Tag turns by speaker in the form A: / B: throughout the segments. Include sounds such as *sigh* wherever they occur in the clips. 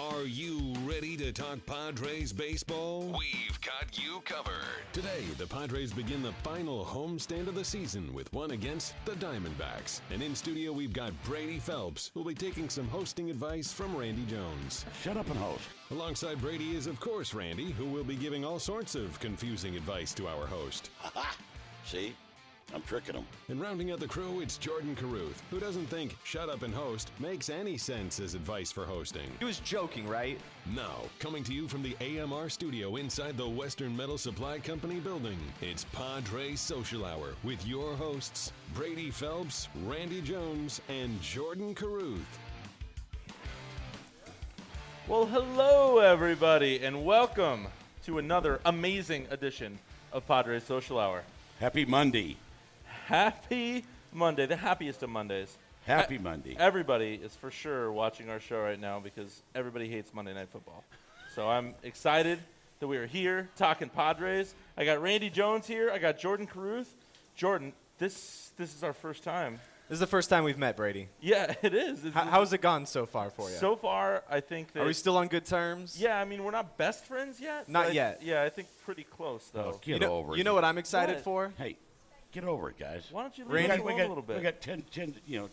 A: Are you ready to talk Padres baseball?
B: We've got you covered.
A: Today, the Padres begin the final homestand of the season with one against the Diamondbacks. And in studio, we've got Brady Phelps, who'll be taking some hosting advice from Randy Jones.
C: Shut up and host.
A: Alongside Brady is, of course, Randy, who will be giving all sorts of confusing advice to our host.
C: *laughs* See? I'm tricking them.
A: And rounding out the crew, it's Jordan Caruth, who doesn't think shut up and host makes any sense as advice for hosting.
D: He was joking, right?
A: Now, coming to you from the AMR studio inside the Western Metal Supply Company building, it's Padre Social Hour with your hosts, Brady Phelps, Randy Jones, and Jordan Caruth.
E: Well, hello, everybody, and welcome to another amazing edition of Padres Social Hour.
C: Happy Monday.
E: Happy Monday, the happiest of Mondays. E-
C: Happy Monday.
E: Everybody is for sure watching our show right now because everybody hates Monday Night Football. So I'm excited that we are here talking Padres. I got Randy Jones here. I got Jordan Caruth. Jordan, this this is our first time.
D: This is the first time we've met, Brady.
E: Yeah, *laughs* it is. It's-
D: How, how's it gone so far for you?
E: Mm-hmm. so far? I think that
D: Are we still on good terms?
E: Yeah, I mean we're not best friends yet.
D: Not
E: but I-
D: yet.
E: Yeah, I think pretty close though.
C: get
D: You know,
C: over
D: you know what I'm excited
E: What?
D: for?
C: Hey, get over it, guys.
E: Why don't you leave
C: We
E: us
C: got,
E: alone
C: we
E: a
C: got-
E: little bit
C: We got 10, 10, you know,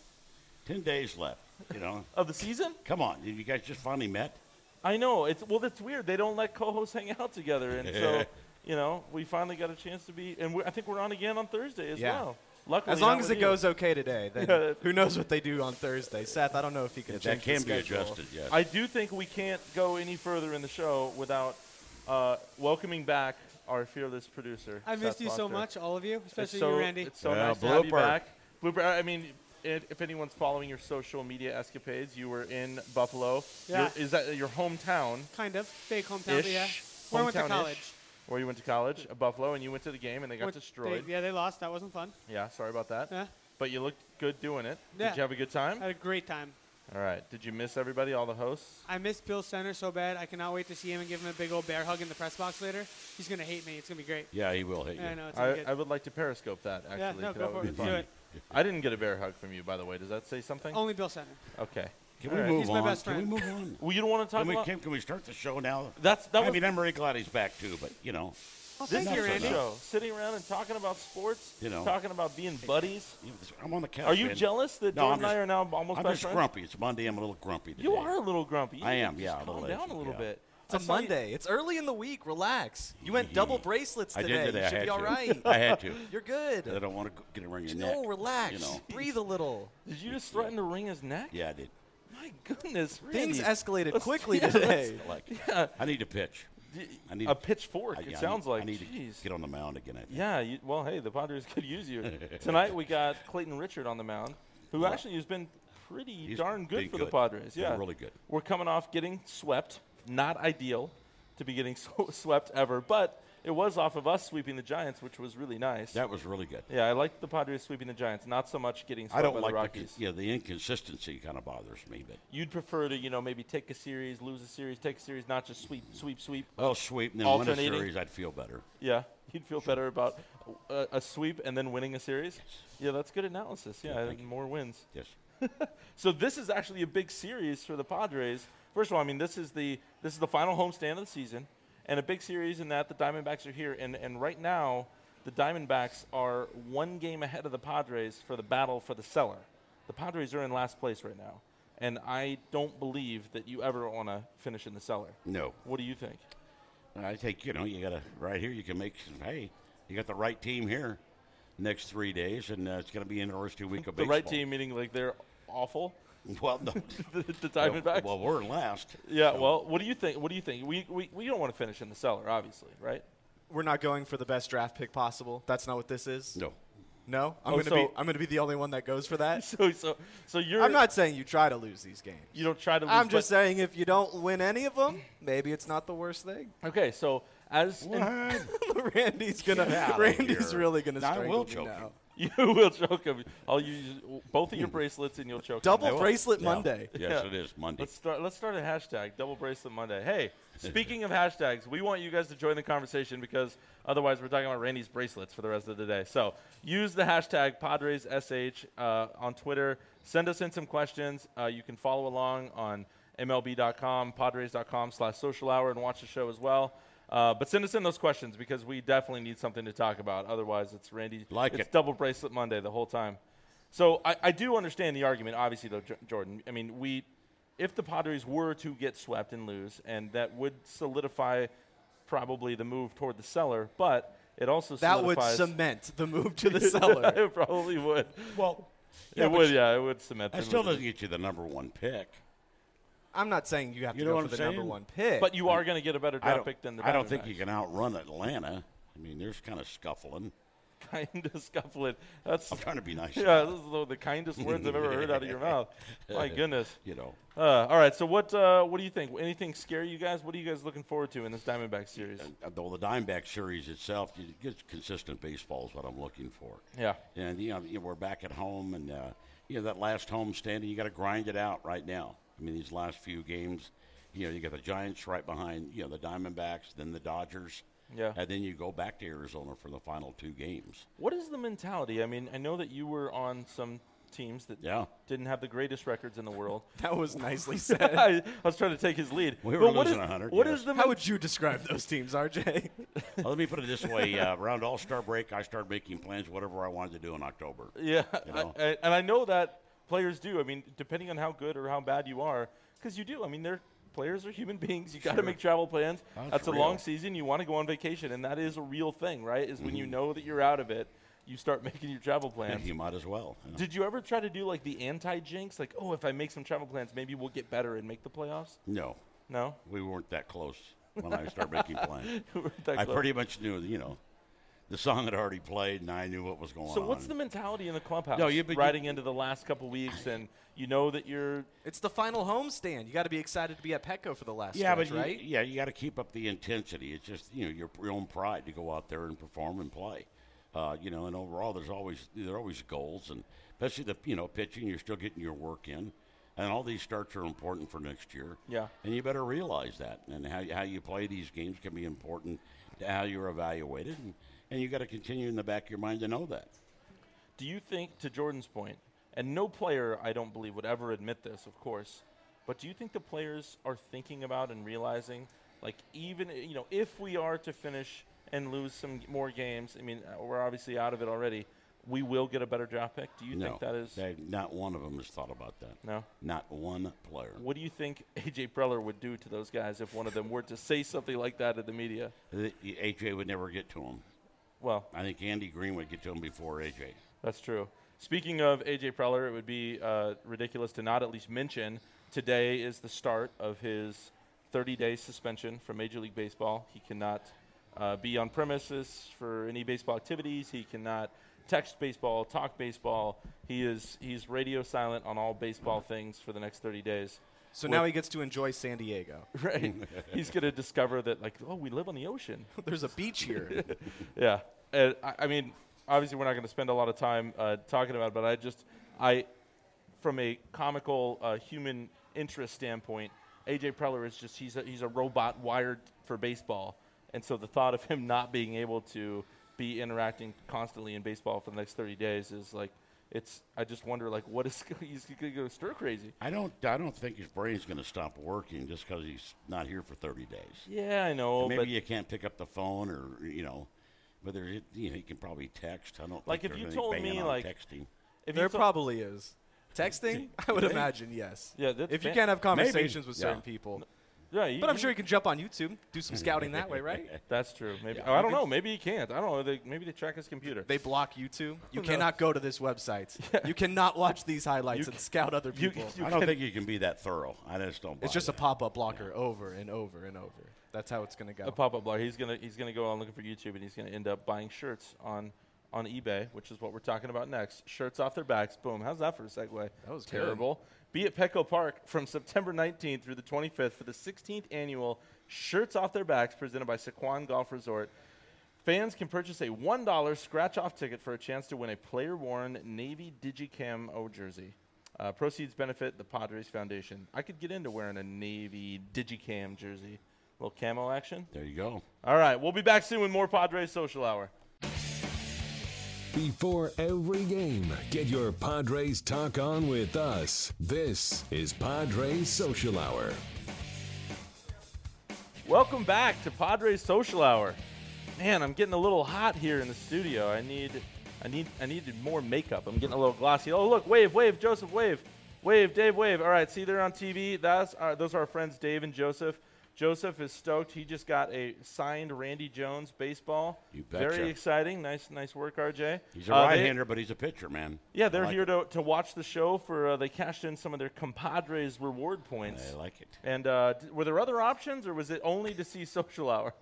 C: 10 days left, you
E: *laughs*
C: know.
E: of the season?
C: Come on. You guys just finally met?
E: I know. It's well, that's weird. They don't let co-hosts hang out together, and so you know, we finally got a chance to be, and we're, I think we're on again on Thursday as
D: Yeah.
E: well. Luckily,
D: As long
E: not
D: as
E: with
D: it
E: you.
D: goes okay today, then
E: Yeah.
D: who knows what they do on Thursday? Seth, I don't know if you can
C: Yeah,
D: change
C: that can
D: the
C: be
D: schedule.
C: adjusted, yes.
E: I do think we can't go any further in the show without uh, welcoming back our fearless producer.
F: I missed
E: Seth
F: you so
E: Foster.
F: much, all of you,
E: It's
F: especially
E: so,
F: you, Randy.
E: It's so
C: Yeah,
E: nice to have you
C: blooper.
E: back. Blooper. I mean, and if anyone's following your social media escapades, you were in Buffalo.
F: Yeah.
E: Your, is that your hometown?
F: Kind of fake hometown, but yeah.
E: Ish.
F: Where I went to
E: Hometown-ish.
F: college.
E: Where you went to college, uh, Buffalo, and you went to the game and they got
F: Went- they-
E: destroyed. yeah.
F: yeah, they lost. That wasn't fun.
E: sorry about that.
F: Yeah.
E: But you looked good doing it.
F: Yeah.
E: Did you have a good time?
F: I had a great time.
E: All right. Did you miss everybody, all the hosts?
F: I miss Bill Center so bad. I cannot wait to see him and give him a big old bear hug in the press box later. He's gonna hate me. It's gonna be great.
C: Yeah, he will hit you.
F: Yeah, I know. It's gonna
E: I,
F: be
E: I
F: good.
E: would like to periscope that actually.
F: yeah, no,
E: 'cause
F: go
E: that
F: for
E: would be
F: it. Do
E: fun.
F: it. Oh.
E: I didn't get a bear hug from you, by the way. Does that say something?
F: Only Bill Center.
E: Okay.
C: Can
E: All
C: we
E: right.
C: move
F: He's my
C: on?
F: best
C: Can we
F: friend.
C: move
E: *laughs*
C: on?
E: Well, you don't want to talk
C: Can we,
E: about
C: can, can we start the show now?
E: that's that
C: I
E: was
C: mean, I'm very glad he's back, too, but, you know,
F: Well,
E: This
F: thank
C: Enough
F: you,
E: is the
C: of
F: Randy.
C: that.
E: show. Sitting around and talking about sports,
C: You know.
E: talking about being buddies.
C: I'm on the couch.
E: Are you
C: man.
E: jealous that
C: No,
E: Jordan
C: I'm
E: and I
C: just-
E: are now almost
C: I'm
E: best
C: just
E: friends?
C: grumpy. It's Monday. I'm a little grumpy today.
E: You are a little grumpy. You
C: I
E: need to
C: am, yeah,
E: just
C: a little
E: Calm down
C: edgy,
E: a little
C: yeah.
E: bit.
D: It's a
E: I saw you-
D: Monday. It's early in the week. Relax. You went double bracelets
C: I
D: today.
C: did today.
D: You
C: I
D: should
C: had
D: be
C: to.
D: all
C: *laughs*
D: right.
C: I had to.
E: *laughs*
D: You're good.
C: I don't want to get around your neck.
D: no, relax.
C: You know.
D: Breathe
C: *laughs*
D: a little.
E: Did you just threaten to wring his neck?
C: Yeah, I did.
E: My goodness, Randy.
D: Things escalated
E: Let's-
D: quickly
C: *laughs*
E: *laughs* yeah, let's-
D: today.
C: Like, I need to pitch. I need
E: a pitchfork.
C: I-
E: it
C: I
E: sounds
C: need-
E: like.
C: I need
E: Jeez.
C: to get on the mound again. I think.
E: yeah. You, well, hey, the Padres *laughs* could use you tonight. We got Clayton Richard on the mound, who actually has been pretty
C: He's
E: darn good
C: been
E: for the
C: good.
E: Padres.
C: Been
E: Yeah,
C: really good.
E: We're coming off getting swept. Not ideal to be getting *laughs* sw- swept ever, but it was off of us sweeping the Giants, which was really nice.
C: that was really good.
E: Yeah, I like the Padres sweeping the Giants. Not so much getting swept
C: I don't
E: by
C: like
E: the Rockies.
C: The, yeah, the inconsistency kind of bothers me. But
E: You'd prefer to, you know, maybe take a series, lose a series, take a series, not just sweep, sweep, sweep.
C: well, sweep and then win a
E: Alternating.
C: series, I'd feel better.
E: Yeah, you'd feel better about a, a sweep and then winning a series. Yeah, that's good analysis. Yeah,
C: thank
E: and more wins.
C: Yes.
E: So this is actually a big series for the Padres. First of all, I mean, this is the this is the final homestand of the season, and a big series in that the Diamondbacks are here, and and right now the Diamondbacks are one game ahead of the Padres for the battle for the cellar. The Padres are in last place right now, and I don't believe that you ever want to finish in the cellar.
C: No.
E: What do you think?
C: I think you know you got to right here. You can make some. Hey, you got the right team here. Next three days, and uh, it's going to be an interesting week of
E: *laughs* The
C: baseball.
E: right team, meaning like they're awful.
C: Well, no.
E: *laughs* the, the Diamondbacks.
C: Well, we're last.
E: yeah. Well, what do you think? What do you think? We, we, we don't want to finish in the cellar, obviously, right? *laughs*
D: We're not going for the best draft pick possible. That's not what this is.
C: No.
D: No? I'm
E: Oh,
D: gonna
E: so-
D: be I'm gonna be the only one that goes for
C: *laughs*
D: that.
E: So so so you're
D: I'm not saying you try to lose these games.
E: you don't try to. Lose,
D: I'm just
E: but-
D: saying if you don't win any of them, maybe it's not the worst thing. *laughs*
E: Okay, so as and-
C: What?
D: Randy's gonna
C: Get outta
D: Randy's
C: here.
D: really gonna
C: I
D: strangle
C: will
D: me
C: choke
D: now.
C: you.
E: *laughs* You will choke him. I'll use both
C: Hmm.
E: of your bracelets and you'll choke him.
D: Double bracelet
C: Yeah.
D: Monday.
C: Yes,
E: Yeah.
C: it is Monday.
E: Let's start. Let's start a hashtag. Double bracelet Monday. Hey, speaking of hashtags, we want you guys to join the conversation because otherwise we're talking about Randy's bracelets for the rest of the day. So use the hashtag PadresSH uh, on Twitter. Send us in some questions. Uh, you can follow along on MLB.com, Padres.com/social hour, and watch the show as well. Uh, but send us in those questions because we definitely need something to talk about. Otherwise, it's Randy.
C: Like
E: it's
C: it.
E: double bracelet Monday the whole time. So I, I do understand the argument, obviously, though, J- Jordan. I mean, we, if the Padres were to get swept and lose, and that would solidify probably the move toward the seller, but it also
D: That would
E: solidifies *laughs*
D: cement the move to
C: *laughs*
D: the *laughs* cellar.
E: it probably would.
C: well,
E: it would, yeah, it would cement.
C: That
E: the
C: still
E: move.
C: doesn't get you the number one pick.
D: I'm not saying you have
C: You
D: to
C: know
D: go
C: what
D: for
C: I'm
D: the number
C: saying?
D: one pick.
E: But you are going to get a better
C: I
E: draft
C: don't-
E: pick than the.
C: I don't think you
E: Diamondbacks.
C: can outrun Atlanta. I mean, there's kind of scuffling.
E: *laughs* kind of scuffle it. That's
C: I'm trying to be nice.
E: yeah, this is the, the kindest words I've ever heard out of your mouth.
C: *laughs*
E: My goodness.
C: You know,
E: Uh, all right. So what uh, what do you think? Anything scare you guys? What are you guys looking forward to in this Diamondback series?
C: Uh, though the Dimeback series itself, you get consistent baseball is what I'm looking for.
E: Yeah.
C: And you know, you know, we're back at home, and uh, you know that last home standing, you got to grind it out right now. I mean, these last few games, you know, you got the Giants right behind, you know, the Diamondbacks, then the Dodgers.
E: Yeah.
C: And then you go back to Arizona for the final two games.
E: What is the mentality? I mean, I know that you were on some teams that
C: Yeah.
E: didn't have the greatest records in
C: *laughs*
E: the world. *laughs*
D: that was nicely *laughs* said.
E: I, was trying to take his lead.
C: We were
E: But what
C: losing
E: is-
C: 100,
E: what
C: yes.
E: is the
D: How
E: men-
D: would you describe those teams, RJ?
C: Well, let me put it this way: uh, around All Star break, I started making plans, whatever I wanted to do in October.
E: Yeah,
C: *laughs* You know?
E: I, I, and I know that players do. I mean, depending on how good or how bad you are, because you do. I mean, they're players are human *laughs* beings. You got to make travel plans.
C: That's
E: That's, a
C: Oh, real.
E: long season. You want to go on vacation, and that is a real thing, right? Is when you
C: Mm-hmm.
E: know that you're out of it, you start *laughs* making your travel plans.
C: You might as well. you know.
E: Did you ever try to do like the anti-jinx? Like, oh, if I make some travel plans, maybe we'll get better and make the playoffs.
C: No,
E: No, *laughs*
C: we weren't that close when I started making plans.
E: We weren't that
C: I
E: close.
C: pretty much knew, you know, the song had already played, and I knew what was going on.
E: So what's the mentality in the clubhouse?
C: No, you've been-
E: riding into the last couple weeks, and you know that you're
D: it's the final homestand. You got to be excited to be at Petco for the last
C: Yeah,
D: stretch,
C: but you-
D: right?
C: yeah, you got to keep up the intensity. It's just you know your, your own pride to go out there and perform and play. Uh, you know, and overall, there's always there are always goals, and especially the you know pitching, you're still getting your work in, and all these starts are important for next year.
E: Yeah.
C: and you better realize that, and how you- how you play these games can be important to how you're evaluated, and, and you got to continue in the back of your mind to know that.
E: Do you think, to Jordan's point, and no player, I don't believe, would ever admit this, of course, but do you think the players are thinking about and realizing, like, even, you know, if we are to finish and lose some more games, I mean, uh, we're obviously out of it already, we will get a better draft pick? Do you
C: no,
E: think that is.
C: they- not one of them has thought about that.
E: No?
C: not one player.
E: what do you think *laughs* AJ Preller would do to those guys if one of them were to say something like that in the media?
C: The- AJ would never get to him.
E: Well,
C: I think Andy Green would get to him before AJ.
E: That's true. Speaking of AJ Preller, it would be uh, ridiculous to not at least mention today is the start of his 30-day suspension from Major League Baseball. He cannot uh, be on premises for any baseball activities. He cannot text baseball, talk baseball. He is he's radio silent on all baseball things for the next 30 days. *laughs*
D: So now he gets to enjoy San Diego. *laughs*
E: Right? he's going to discover that like, oh, we live on the ocean.
D: There's a beach here.
E: Yeah, and I, I mean, obviously we're not going to spend a lot of time uh, talking about it, but I just, I, from a comical uh, human interest standpoint, AJ Preller is just he's a, he's a robot wired for baseball, and so the thought of him not being able to be interacting constantly in baseball for the next 30 days is like, it's I just wonder like what is *laughs* he's going to go stir crazy.
C: I don't. I don't think his brain's going to stop working just because he's not here for 30 days.
E: Yeah, I know,
C: Maybe
E: but
C: you can't pick up the phone, or you know, but there, is- you know, he can probably text. I don't
E: Like,
C: think
E: if
C: there's
E: you
C: any
E: told
C: ban
E: me,
C: on
E: like-
C: texting.
E: if you
D: there
E: thought-
D: probably is. Texting? I would imagine yes.
E: Yeah, that's
D: if you
E: fa-
D: can't have conversations with
C: Yeah.
D: certain people.
E: yeah, you-
D: But I'm
E: you-
D: sure you can jump on YouTube, do some scouting that way, right?
E: *laughs* that's true. Maybe oh, I don't know. Maybe he can't. I don't know. They, maybe they track his computer.
D: They block YouTube.
E: *laughs*
D: You cannot go to this website. You cannot watch these highlights
E: You
D: and scout other
E: you-
D: people.
E: you
C: I don't think you can be that thorough. I just don't.
D: it's
C: buy
D: just a
C: that.
D: pop-up blocker over and over and over. That's how it's going to
E: a
D: go.
E: pop-up blogger. He's gonna he's gonna go on looking for YouTube, and he's gonna end up buying shirts on on eBay, which is what we're talking about next. Shirts off their backs. Boom. How's that for a segue?
D: That was good.
E: terrible. Be at Petco Park from September 19th through the 25th for the 16th annual Shirts Off Their Backs presented by Sequan Golf Resort. Fans can purchase a $1 scratch off ticket for a chance to win a player worn Navy Digicam O jersey. Uh, proceeds benefit the Padres Foundation. I could get into wearing a Navy Digicam jersey. little camo action.
C: There you go.
E: All right, we'll be back soon with more Padres Social Hour.
A: Before every game, get your Padres talk on with us. This is Padres Social Hour.
E: Welcome back to Padres Social Hour. Man, I'm getting a little hot here in the studio. I need, I need, I needed more makeup. I'm getting a little glossy. Oh, look, wave, wave, Joseph, wave, wave, Dave, wave. All right, see, they're on TV. That's our, those are our friends Dave and Joseph. Joseph is stoked. He just got a signed Randy Jones baseball.
C: You betcha.
E: Very exciting. Nice, nice work, RJ.
C: He's a
E: Uh, they-
C: right-hander, but he's a pitcher, man.
E: Yeah, they're
C: I like
E: here
C: it.
E: to, to watch the show for uh, they cashed in some of their compadres reward points.
C: I like it.
E: And uh, d- were there other options, or was it only to see *laughs* Social Hour?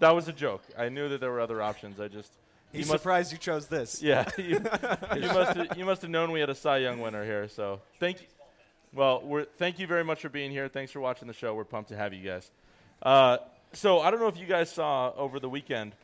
E: That was a joke. I knew that there were other options. I just
D: He's
E: must-
D: surprised you chose this.
E: yeah you, you must have, you must have known we had a Cy Young winner here. So thank you. Well, we're, thank you very much for being here. Thanks for watching the show. We're pumped to have you guys. Uh, so I don't know if you guys saw over the weekend.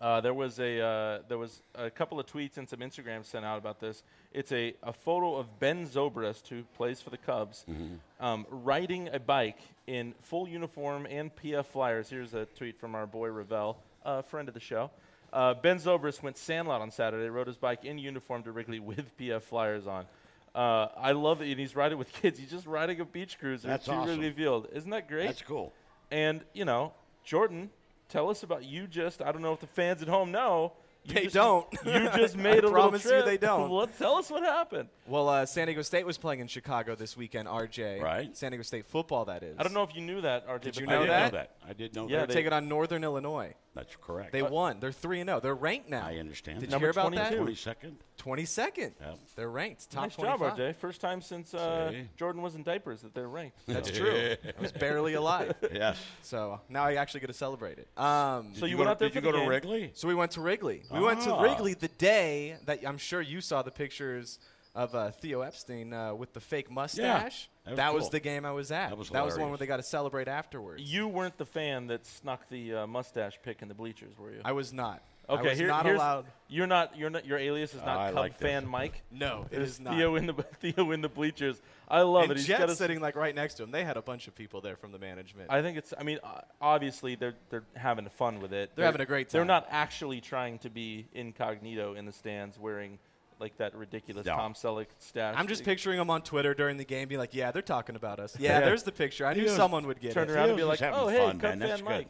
E: Uh, there was a uh, there was a couple of tweets and some Instagrams sent out about this. It's a, a photo of Ben Zobrist, who plays for the Cubs,
C: Mm-hmm.
E: um, riding a bike in full uniform and PF Flyers. Here's a tweet from our boy Ravel, a friend of the show. Uh, ben Zobrist went sandlot on Saturday, rode his bike in uniform to Wrigley *laughs* with PF Flyers on. Uh, I love it, and he's riding with kids. He's just riding a beach cruiser
C: That's
E: to Wrigley
C: awesome.
E: Field. Isn't that great?
C: That's cool.
E: And you know, Jordan, tell us about you. Just I don't know if the fans at home know. You
D: They
E: just,
D: don't.
E: *laughs* You
D: *laughs*
E: just
D: I
E: made a little
D: promise you
E: trip.
D: they don't.
E: Well, tell us what happened.
D: Well, uh, San Diego State was playing in Chicago this weekend, RJ.
C: Right.
D: San Diego State football, that is.
E: I don't know if you knew that, RJ. Did
D: you
C: I
D: know
C: did
D: that?
C: know that. I did know
E: Yeah,
C: that.
D: They're taking on Northern Illinois.
C: That's correct. Uh,
D: They won. They're 3 and 0. They're ranked now.
C: I understand.
D: Did
C: that.
D: you hear about that?
C: 22nd.
D: 22nd.
C: Yep.
D: They're ranked. Top
E: Nice
D: 25.
E: job, RJ. First time since uh,
C: See?
E: Jordan was in diapers that they're ranked.
D: That's true.
E: *laughs*
D: I was barely alive.
C: Yes.
D: So now I actually get to celebrate it. Um,
E: So you,
C: go
E: went
C: to-
E: out there
C: Did
E: for
C: you
E: the
C: go to
E: game.
C: Wrigley?
D: So we went to Wrigley. We went to
C: Ah.
D: Wrigley the day that I'm sure you saw the pictures of uh, Theo Epstein uh, with the fake mustache.
C: that was cool.
D: the game I was at.
C: That was
D: the one where
C: hilarious.
D: they got to celebrate afterwards.
E: You weren't the fan that snuck the uh, mustache pick in the bleachers, were you?
D: I was not.
E: okay,
D: I was
E: here-
D: not
E: here's-
D: allowed. Oh,
E: You're not. You're not. Your alias is not
C: I
E: Cub
C: like this.
E: fan Mike.
D: No, it
E: It's
D: is not.
E: Theo in the *laughs* Theo in the bleachers. I love
D: and
E: it. He's got
D: Jet's
E: us-
D: sitting like right next to him. They had a bunch of people there from the management.
E: I think it's. I mean, uh, obviously they're they're having fun with it.
D: They're having a great
E: They're
D: time.
E: not actually trying to be incognito in the stands wearing like that ridiculous
C: No.
E: Tom Selleck stash.
D: I'm just
E: They
D: picturing him on Twitter during the game, being like, "Yeah, they're talking about us. Yeah, there's the picture. I knew
C: Theo's
D: someone would get
E: Turn
D: it."
E: around and be
C: Theo's
E: like,
C: just having
E: "Oh, hey,
C: fun,
E: Cub
C: man.
E: fan
C: That's good.
E: Mike,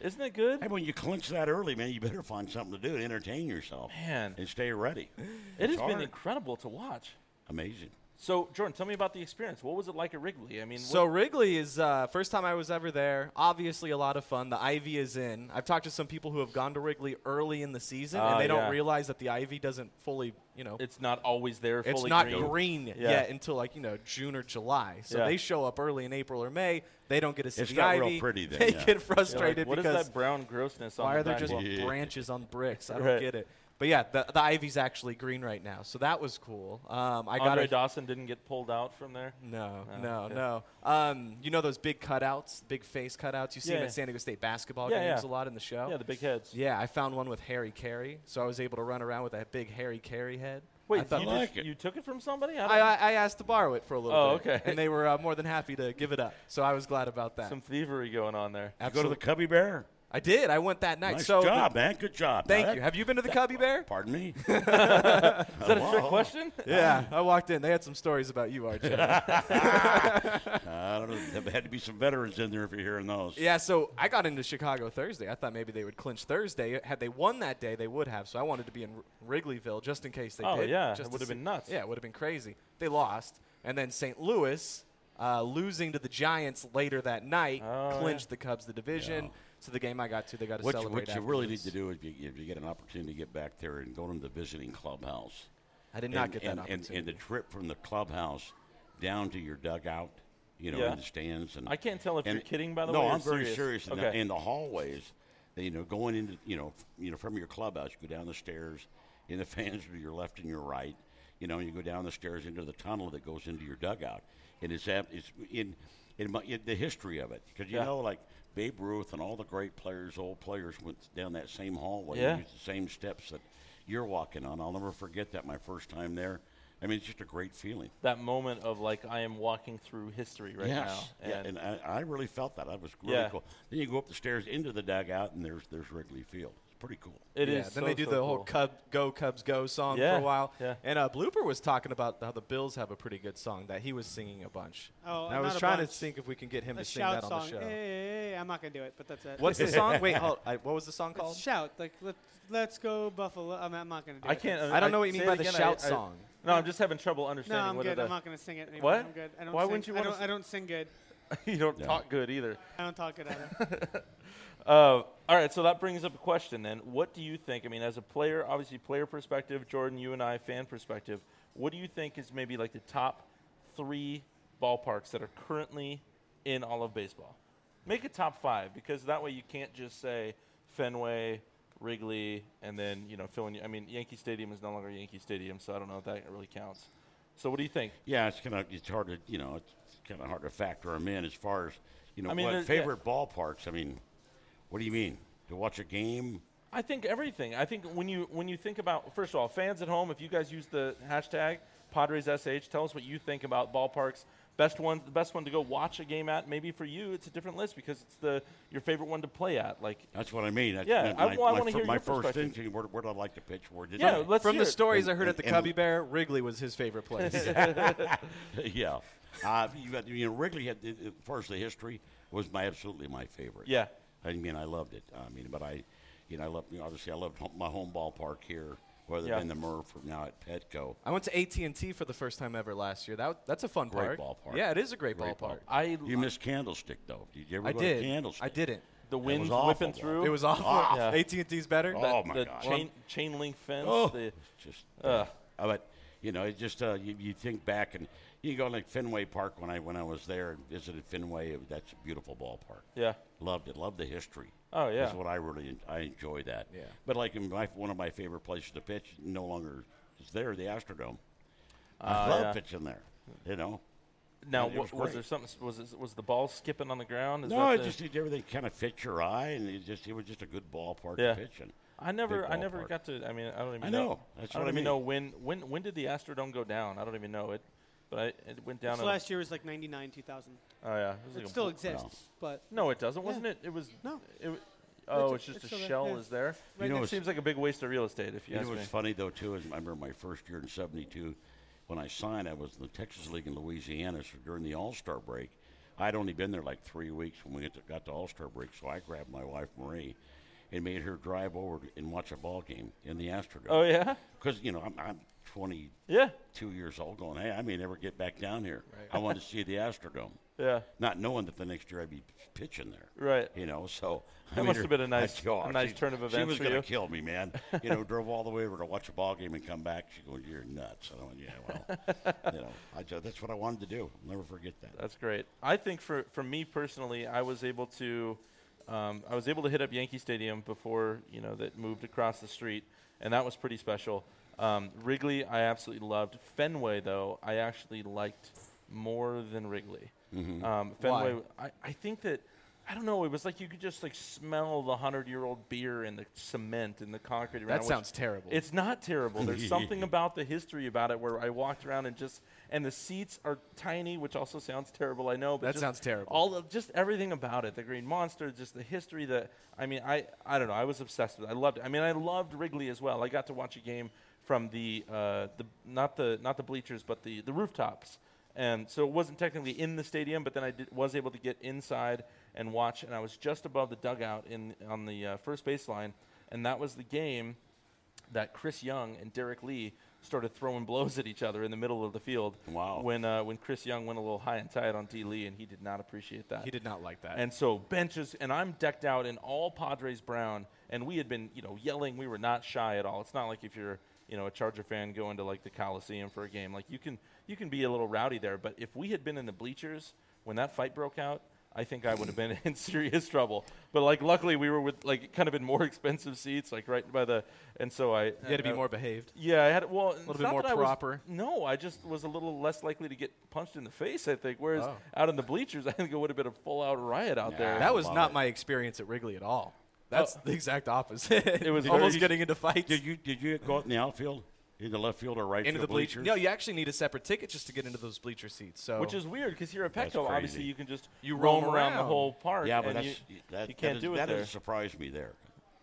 E: isn't it good?
C: Hey, when you clinch that early, man, you better find something to do to entertain yourself.
E: Man.
C: And stay ready.
E: it has
C: It's
E: been
C: hard.
E: incredible to watch."
C: Amazing.
E: So, Jordan, tell me about the experience. What was it like at Wrigley? I mean,
D: So
E: what,
D: Wrigley is uh, first time I was ever there. Obviously, a lot of fun. The Ivy is in. I've talked to some people who have gone to Wrigley early in the season,
E: Ah,
D: and they
E: yeah.
D: don't realize that the Ivy doesn't fully, you know, it's,
E: it's not always there. Fully
D: not
E: green.
D: green,
E: Yeah.
D: yet until like you know June or July. So
E: Yeah.
D: they show up early in April or May. They don't get to see
C: It's
D: the
C: not real
D: Ivy. *laughs*
C: pretty then,
D: they
C: yeah.
D: get
E: You're like,
D: frustrated
E: what is
D: because
E: that brown grossness on
D: why
E: the
D: are there
E: back
D: just
E: wall?
D: branches on bricks? I don't
E: Right.
D: get it. But yeah, the, the Ivy's actually green right now, so that was cool. Um, I got
E: Andre
D: a
E: Dawson didn't get pulled out from there.
D: No,
E: Oh,
D: no,
E: okay.
D: no. Um, you know those big cutouts, big face cutouts. You see
E: Yeah,
D: them
E: yeah.
D: at San Diego State basketball
E: Yeah,
D: games
E: yeah.
D: a lot in the show.
E: Yeah, the big heads.
D: Yeah, I found one with Harry Carey, so I was able to run around with that big Harry Carey head. I,
E: Wait,
D: thought
E: you,
D: that-
C: like
E: just-
C: it.
E: you took it from somebody? I
D: I,
E: don't-
D: I, I asked to borrow it for a little
E: Oh,
D: bit,
E: okay.
D: and they were uh, more than happy to give it up. So I was glad about that.
E: some thievery going
F: *laughs*
E: on there.
C: You go to
D: Absolutely.
C: the Cubby Bear?
D: I did. I went that night.
C: Nice
D: so the-
E: uh,
C: job, man. Good job. Now
D: Thank
C: that-
D: you. Have you been to the
E: *laughs*
D: Cubby
C: *laughs*
D: Bear?
C: Pardon me?
E: Is that a trick question?
D: Yeah, I walked in. They had some stories about you, RJ.
C: I don't know. There had to be some veterans in there if you're hearing those.
D: Yeah, so I got into Chicago Thursday. I thought maybe they would clinch Thursday. Had they won that day, they would have. So I wanted to be in Wr- Wrigleyville just in case they
E: Oh,
D: did.
E: yeah,
D: just
E: it
D: to
E: would've
D: see-
E: been nuts.
D: Yeah, it would have been crazy. They lost, and then St. Louis uh, losing to the Giants later that night
E: Oh,
D: clinched the Cubs the division. So the game I got to, they got to
C: What you,
D: celebrate.
C: what you really need
D: afterwards.
C: to do is you, if you get an opportunity to get back there and go to the visiting clubhouse.
D: I did not
C: and,
D: get that
C: and, and,
D: opportunity.
C: and the trip from the clubhouse down to your dugout, you know,
E: Yeah.
C: in the stands. And
E: I can't tell if you're
C: and-
E: kidding, by the
C: no,
E: way, or
C: I'm very
E: serious.
C: serious. In,
E: Okay.
C: the, in the hallways, you know, going into, you know, f- you know, from your clubhouse, you go down the stairs, and the *laughs* fans are to your left and your right. You know, you go down the stairs into the tunnel that goes into your dugout, and it's ab- it's in. it, mu- it, the history of it. Because you
E: Yeah.
C: know, like Babe Ruth and all the great players, old players went down that same hallway
E: Yeah.
C: and used the same steps that you're walking on. I'll never forget that my first time there. I mean, it's just a great feeling.
E: *laughs* that moment of like I am walking through history right
C: yes.
E: now.
C: yeah, and I, I really felt that. That was really
E: Yeah.
C: cool. Then you go up the stairs into the dugout, and there's there's Wrigley Field. It's pretty cool.
E: it
D: yeah,
E: is
D: Then
E: so,
D: they do
E: so
D: the whole
E: cool.
D: Cub, "Go Cubs Go" song
E: Yeah,
D: for a while.
E: yeah.
D: And uh, Blooper was talking about how the Bills have a pretty good song that he was singing a bunch.
F: Oh,
D: and I was
F: not a
D: trying
F: bunch.
D: to think if we can get him
F: A
D: to sing that
F: shout
D: on
F: song. Eh.
D: the show.
F: Hey, hey, hey, I'm not gonna do it, but that's it.
D: What's the
E: *laughs*
D: song? Wait, hold, I, what was the song
F: It's
D: called?
F: shout like let, let's go Buffalo. I'm, I'm not gonna do
E: I
F: it.
E: can't.
D: I don't know what you
E: say
D: mean by
E: it
D: the
E: again, I-
D: shout
E: I-
D: song.
E: No, I'm just having trouble
F: No,
E: understanding.
F: I'm
E: what
F: good.
E: It
F: I'm
E: is.
F: not gonna sing it anymore.
E: What?
F: I'm good. I don't
E: Why
F: sing,
E: wouldn't you
F: I
E: wanna
F: don't,
E: sing-
F: I don't sing good.
E: *laughs* you don't talk good either.
F: I don't talk good
E: *laughs*
F: at it.
E: Uh, all right, so that brings up a question then. What do you think? I mean, as a player, obviously player perspective, Jordan, you and I, fan perspective, what do you think is maybe like the top three ballparks that are currently in all of baseball? Make a top five because that way you can't just say Fenway, Wrigley, and then you know filling. I mean, Yankee Stadium is no longer Yankee Stadium, so I don't know if that really counts. So what do you think?
C: Yeah, it's kind of it's hard to you know it's kind of hard to factor them in as far as you know
E: I mean,
C: what
E: there's- yeah.
C: favorite ballparks. I mean, what do you mean to watch a game?
E: I think everything. I think when you when you think about first of all, fans at home, if you guys use the hashtag PadresSH, tell us what you think about ballparks. Best one, the best one to go watch a game at. Maybe for you, it's a different list because it's the your favorite one to play at. Like,
C: That's what I mean. That's
E: Yeah, I-
C: my,
E: well, I
C: my
E: wanna
C: fir-
E: hear
C: my
E: your
C: first
E: perspective.
C: instinct. Where, where do I like to pitch? Where did
E: yeah,
C: I?
E: let's
D: From
E: hear
D: the
E: it.
D: stories I
C: And-
D: heard at the
C: and-
D: Cubby Bear, Wrigley was his favorite place.
E: *laughs*
D: *laughs*
C: yeah. Uh, you, got, you know, Wrigley had, as far as the history, was my absolutely my favorite.
E: Yeah.
C: I mean, I loved it. I mean, but I, you know, I loved, you know, obviously, I loved home, my home ballpark here, whether
E: Yeah.
C: it been the Murph or now at Petco.
D: I went to AT and T for the first time ever last year. That that's a fun
C: Great
D: park.
C: ballpark.
D: Yeah, it is a great, ballpark.
E: I
C: You missed Candlestick, though. Did you ever
D: I
C: go to
D: did.
C: Candlestick?
D: I didn't.
E: the winds
C: awful,
E: whipping
C: though.
E: through.
D: It was awful.
E: Yeah.
D: AT and T's better.
E: that-
C: Oh, my
E: the
C: God.
E: Chain, chain link fence.
C: Oh,
E: The,
C: it's just.
E: Ugh.
C: Uh, but you know, it just uh, you, you think back and you go like Fenway Park when I when I was there and visited Fenway. It, that's a beautiful ballpark.
E: Yeah.
C: loved it. Loved the history.
E: Oh, yeah.
C: that's what I really en- I enjoy that.
D: Yeah.
C: but like in my, one of my favorite places to pitch no longer is there, the Astrodome. I
E: Ah,
C: love
E: yeah.
C: pitching there. You know.
E: now,
C: It
E: wa-
C: was
E: was,
C: great.
E: there something? s- Was it, was the ball skipping on the ground? Is
C: no,
E: that
C: it
E: the-
C: just it- everything kind of fits your eye, and it just it was just a good ballpark
E: Yeah.
C: to pitch in.
E: I never,
C: Big
E: I never
C: ballpark.
E: got to. I mean, I don't even
C: I know. That's
E: I don't
C: what I
E: even
C: mean.
E: know when, when, when did the Astrodome go down? I don't even know it, but I, it went down.
F: So
E: at a-
F: last year was like 99, 2000.
E: oh yeah, it, was like
F: It
E: a
F: still
E: bl-
F: exists, but
E: No, it doesn't. Wasn't it? It was.
F: No.
E: It, w- oh,
F: It's- it's
E: it's, just
F: still
E: a
F: there,
E: shell
F: yeah.
E: is there.
F: Right
C: know,
E: it
C: it's-
E: seems like a big waste of real estate if you,
C: You
E: ask
C: know
E: me.
C: what's funny though too is I remember my first year in '72, when I signed, I was in the Texas League in Louisiana. So during the All Star break, I'd only been there like three weeks when we got to, got to All Star break. So I grabbed my wife Marie, and made her drive over to- and watch a ball game in the Astrodome.
E: Oh yeah,
C: because you know I'm, I'm 22
E: yeah,
C: years old, going, hey, I may never get back down here. I wanted to see the Astrodome.
E: yeah.
C: Not knowing that the next year I'd be pitching there,
E: Right.
C: You know, so I
E: That
C: mean,
E: must
C: her-
E: have been a nice-
C: *laughs* I- oh,
E: a nice
C: she-
E: turn of
C: She
E: events
C: was
E: for
C: gonna
E: you.
C: kill me, man.
E: *laughs*
C: You know, drove all the way over to watch a ball game and come back. She going, "You're nuts." I went, "Yeah,
E: *laughs*
C: well, you know, I ju- that's what I wanted to do. I'll never forget that."
E: That's great. I think for, for me personally, I was able to um, I was able to hit up Yankee Stadium before you know that moved across the street, and that was pretty special. Um, Wrigley, I absolutely loved. Fenway, though, I actually liked more than Wrigley.
D: Mm-hmm.
E: Um, Fenway, I, I think that I don't know. It was like you could just like smell the hundred year old beer and the cement and the concrete. around it,
D: that
E: which-
D: sounds terrible.
E: it's not terrible. There's
D: *laughs*
E: something about the history about it where I walked around and just and the seats are tiny, which also sounds terrible. I know, but
D: That
E: just
D: sounds terrible.
E: All of just everything about it, the Green Monster, just the history. The I mean, I I don't know. I was obsessed with. it. I loved it. I mean, I loved Wrigley as well. I got to watch a game from the uh, the not the not the bleachers, but the the rooftops. And so it wasn't technically in the stadium, but then I did, was able to get inside and watch. And I was just above the dugout in on the uh, first baseline, and that was the game that Chris Young and Derek Lee started throwing blows at each other in the middle of the field.
C: Wow.
E: When uh, when Chris Young went a little high and tight on D Lee, and he did not appreciate that.
D: he did not like that.
E: And so benches, and I'm decked out in all Padres brown, and we had been, you know, yelling. We were not shy at all. It's not like if you're, you know, a Charger fan going to like the Coliseum for a game, like you can you can be a little rowdy there. But if we had been in the bleachers when that fight broke out, I think I would have been *laughs* in serious trouble. But like, luckily we were with like kind of in more *laughs* expensive seats, like right by the, and uh, so I
D: You had to be
E: I-
D: more behaved.
E: Yeah, I had well, a
D: little bit more proper.
E: no, I just was a little less likely to get punched in the face. I think, whereas
D: Oh.
E: out in the bleachers, *laughs* I think it would have been a full-out riot out there.
D: That was
C: love
D: not
C: it.
D: my experience at Wrigley at all. That's the exact opposite.
E: Oh. *laughs* It
D: *laughs*
E: was
D: almost
E: very-
D: getting into fights.
C: Did you did you go out in the outfield, in the left field or right
D: into the
C: field
D: bleachers.
C: bleachers?
D: No, you actually need a separate ticket just to get into those bleacher seats. So
E: Which is weird because here at
C: That's
E: Petco, obviously
C: crazy.
E: you can just
D: You
E: roam
D: roam
E: around the
D: around.
E: whole park.
C: yeah, but
E: and
C: that's
E: you,
C: that,
E: you can't
C: that is-
E: do it
C: that
E: there.
C: has surprised me there.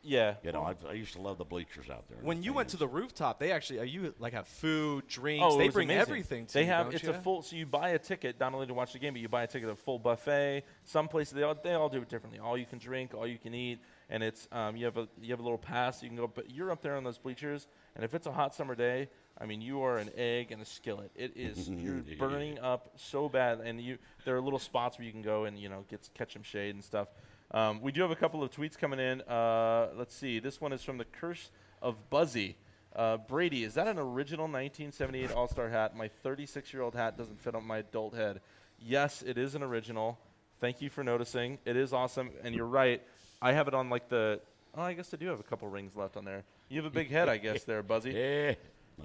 E: yeah,
C: You know, I, I used to love the bleachers out there.
D: when you went to the rooftop, they actually uh, you like have food, drinks.
E: Oh, it
D: they
E: was
D: bring
E: amazing.
D: everything to
E: They
D: you.
E: have
D: don't
E: it's
D: ya?
E: a full. So you buy a ticket not only to watch the game, but you buy a ticket of full buffet. Some places they all they all do it differently. All you can drink, all you can eat, and it's um, you have a you have a little pass you can go. But you're up there on those bleachers, and if it's a hot summer day, I mean you are an egg and a skillet. It
D: *laughs*
E: is you're burning up so bad, and you there are little spots where you can go and you know get catch some shade and stuff. Um, we do have a couple of tweets coming in. Uh, let's see. This one is from the Curse of Buzzy. Uh, Brady, is that an original 1978 All Star hat? My 36 year old hat doesn't fit on my adult head. Yes, it is an original. Thank you for noticing. It is awesome, and you're right. I have it on like the. Oh, I guess I do have a couple rings left on there. You have a big head, I guess, there, Buzzy.
C: yeah,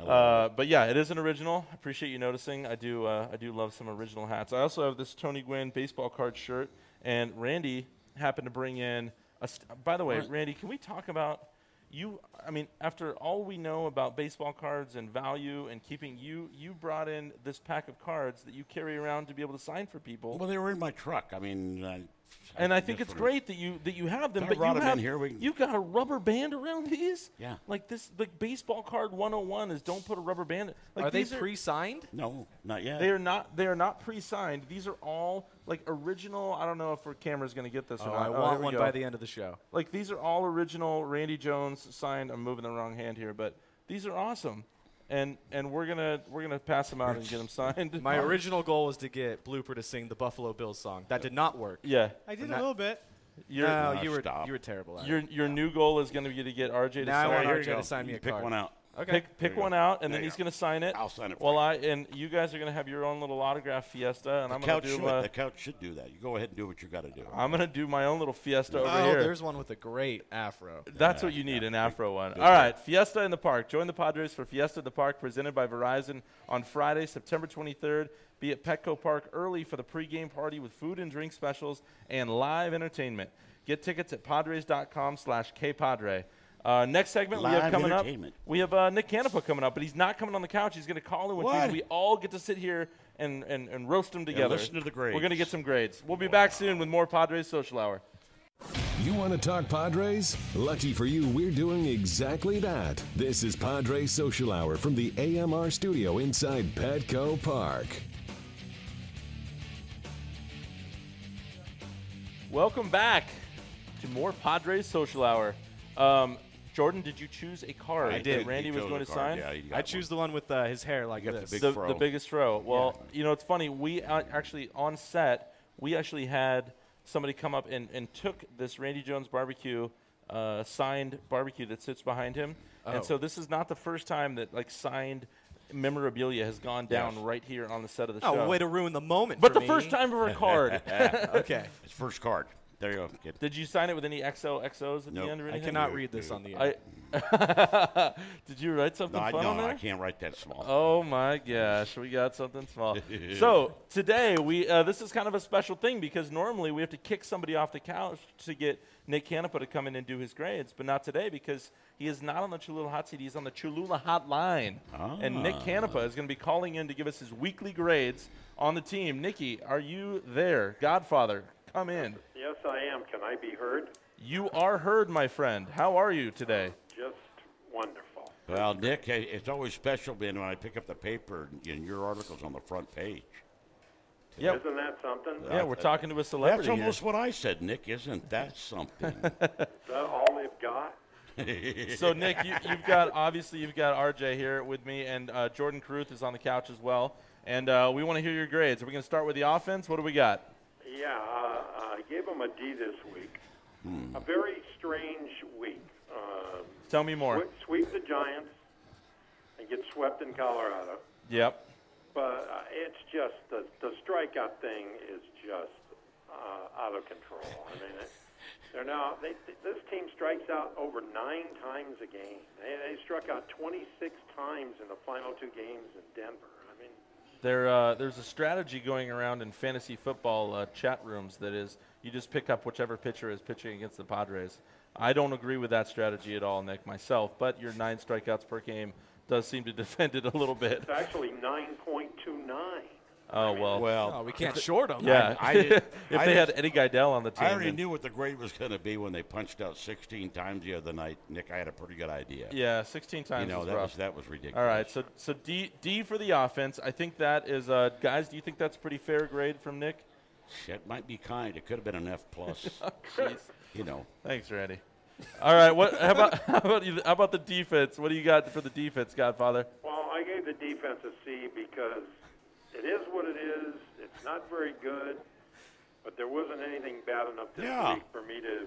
E: Uh, but yeah, it is an original. I appreciate you noticing. I do. Uh, I do love some original hats. I also have this Tony Gwynn baseball card shirt, and Randy happened to bring in. A st- by the way, Randy, can we talk about you? I mean, after all we know about baseball cards and value and keeping you, you brought in this pack of cards that you carry around to be able to sign for people.
C: well, they were in my truck. I mean, I,
E: and I think
C: just
E: it's
C: wanna-
E: great that you that you have them.
C: If I
E: But you
C: brought 'em in
E: have
C: here, we can-
E: you've got a rubber band around these.
C: Yeah.
E: Like this, like baseball card 101 is don't put a rubber band. Like
D: are they
E: these
D: pre-signed?
C: No, not yet.
E: they are not. They are not pre-signed. These are all like original. I don't know if our camera's going to get this or
D: Oh,
E: not.
D: I
E: Oh,
D: want
E: here we
D: one
E: go.
D: by the end of the show.
E: Like these are all original. Randy Jones signed. I'm moving the wrong hand here, but these are awesome, and and we're gonna we're gonna pass them out and
D: *laughs*
E: get them signed. Um,
D: My original goal was to get Blooper to sing the Buffalo Bills song. That did not work. *laughs*
E: yeah.
F: I did
D: And
F: a
D: that-
F: little bit.
E: Your
D: no,
C: No,
D: you were
C: stop.
D: you were terrible. At
E: your
D: it.
E: your new goal is going to be to get RJ to
D: Now I
E: sign.
D: want
C: Here you
D: RJ
C: go.
D: to sign me
C: You
D: a
C: pick
D: card.
C: one out.
D: Okay.
E: Pick pick
C: you go.
E: one out, and
C: There
E: then
C: you
E: he's
C: go.
E: going to sign it.
C: I'll sign it for
E: Well,
C: you.
E: I and you guys are going to have your own little autograph fiesta, and I'm going
C: couch
E: to do.
C: should,
E: Uh,
C: the couch should do that. You go ahead and do what you got to do.
E: I'm going to do my own little fiesta over
D: oh,
E: here.
D: there's one with a great afro.
E: That's what you need, an Afro one. All right, Fiesta in the Park. Join the Padres for Fiesta in the Park, presented by Verizon on Friday, September 23rd. Be at Petco Park early for the pregame party with food and drink specials and live entertainment. Get tickets at padres.com slash kpadre. Uh, next segment we have
C: Live
E: coming up,
C: entertainment.
E: we have uh, Nick Canepa coming up, but he's not coming on the couch. He's going to call in, which means
C: What?
E: we all get to sit here and, and, and roast him together.
C: listen to the grades.
E: We're going to get some grades. We'll be back soon with more Padres Social Hour.
A: You want to talk Padres? Lucky for you, we're doing exactly that. This is Padres Social Hour from the AMR studio inside Petco Park.
E: Welcome back to more Padres Social Hour. Um, Jordan, did you choose a card
C: I
E: that
C: did.
E: Randy
C: You
E: was
C: chose
E: going
C: a
E: to
C: card.
E: sign?
C: Yeah, you got
D: I
C: one.
D: choose the one with uh, his hair like
C: You got the
D: this.
C: big
E: the,
C: fro.
E: the biggest throw. Well, you know, it's funny. We uh, actually, on set, we actually had somebody come up and, and took this Randy Jones barbecue, uh, signed barbecue that sits behind him.
D: Oh.
E: And so this is not the first time that, like, signed memorabilia has gone down right here on the set of the
D: oh,
E: show.
D: way to ruin the moment.
E: but
D: for
E: the
D: me.
E: first time for a card.
D: *laughs*
C: *laughs*
D: Okay.
C: It's first card. There you go. Get-
E: Did you sign it with any XOXOs at
C: Nope.
E: the end or
C: I
D: I
E: anything?
D: cannot read this on the air.
E: I *laughs* did you write something
C: No, I,
E: fun on
C: no,
E: there?
C: I can't write that small.
E: Oh my gosh, we got something
C: *laughs*
E: small. so today we uh, this is kind of a special thing because normally we have to kick somebody off the couch to get Nick Canepa to come in and do his grades, but not today because he is not on the Cholula hot seat. He's on the Cholula hotline, and Nick
C: Ah.
E: Canepa is going to be calling in to give us his weekly grades on the team. Nikki, are you there? Godfather, come in.
G: Yes, I am. Can I be heard?
E: You are heard, my friend. How are you today?
G: Just wonderful.
C: Well, Nick, I- it's always special being when I pick up the paper and- and your article's on the front page.
E: Yeah,
G: Isn't that something?
E: yeah, we're talking to a celebrity.
C: That's
E: here.
C: almost *laughs* what I said, Nick. Isn't that something?
G: Is that all they've got?
E: So Nick, you,
C: *laughs*
E: you've got obviously you've got RJ here with me, and uh, Jordan Caruth is on the couch as well. And uh, we want to hear your grades. Are we going to start with the offense? What do we got?
G: Yeah, uh, I gave them a D this week. A very strange week. Um,
E: Tell me more.
G: swe- sweep the Giants and get swept in Colorado.
E: Yep.
G: But uh, it's just the, the strikeout thing is just uh, out of control. I mean, it, they're now they, th- this team strikes out over nine times a game. They, they struck out 26 times in the final two games in Denver. I mean,
E: There, uh, there's a strategy going around in fantasy football uh, chat rooms that is you just pick up whichever pitcher is pitching against the Padres. I don't agree with that strategy at all, Nick, myself, but your nine strikeouts per game does seem to *laughs* defend it a little bit.
G: it's actually 9.29.
E: Oh, well.
D: Oh,
C: Well,
D: we can't short him.
E: yeah.
C: I- I did-
E: *laughs* if
C: I
E: they had
C: just-
E: Eddie Guidel on the team.
C: I already
E: then-
C: knew what the grade was going to be when they punched out 16 times the other night. Nick, I had a pretty good idea.
E: Yeah, 16 times.
C: you know
E: is
C: that
E: rough.
C: was that was ridiculous.
E: All right, so so D D for the offense. I think that is uh, guys. Do you think that's a pretty fair grade from Nick?
C: Shit might be kind. It could have been an F
E: *laughs*
C: plus. you know,
E: Thanks, Randy. All right, what how about *laughs* how about you, how about the defense? What do you got for the defense, Godfather?
G: Well, I gave the defense a C because it is what it is. It's not very good, but there wasn't anything bad enough this
C: Yeah.
G: week for me to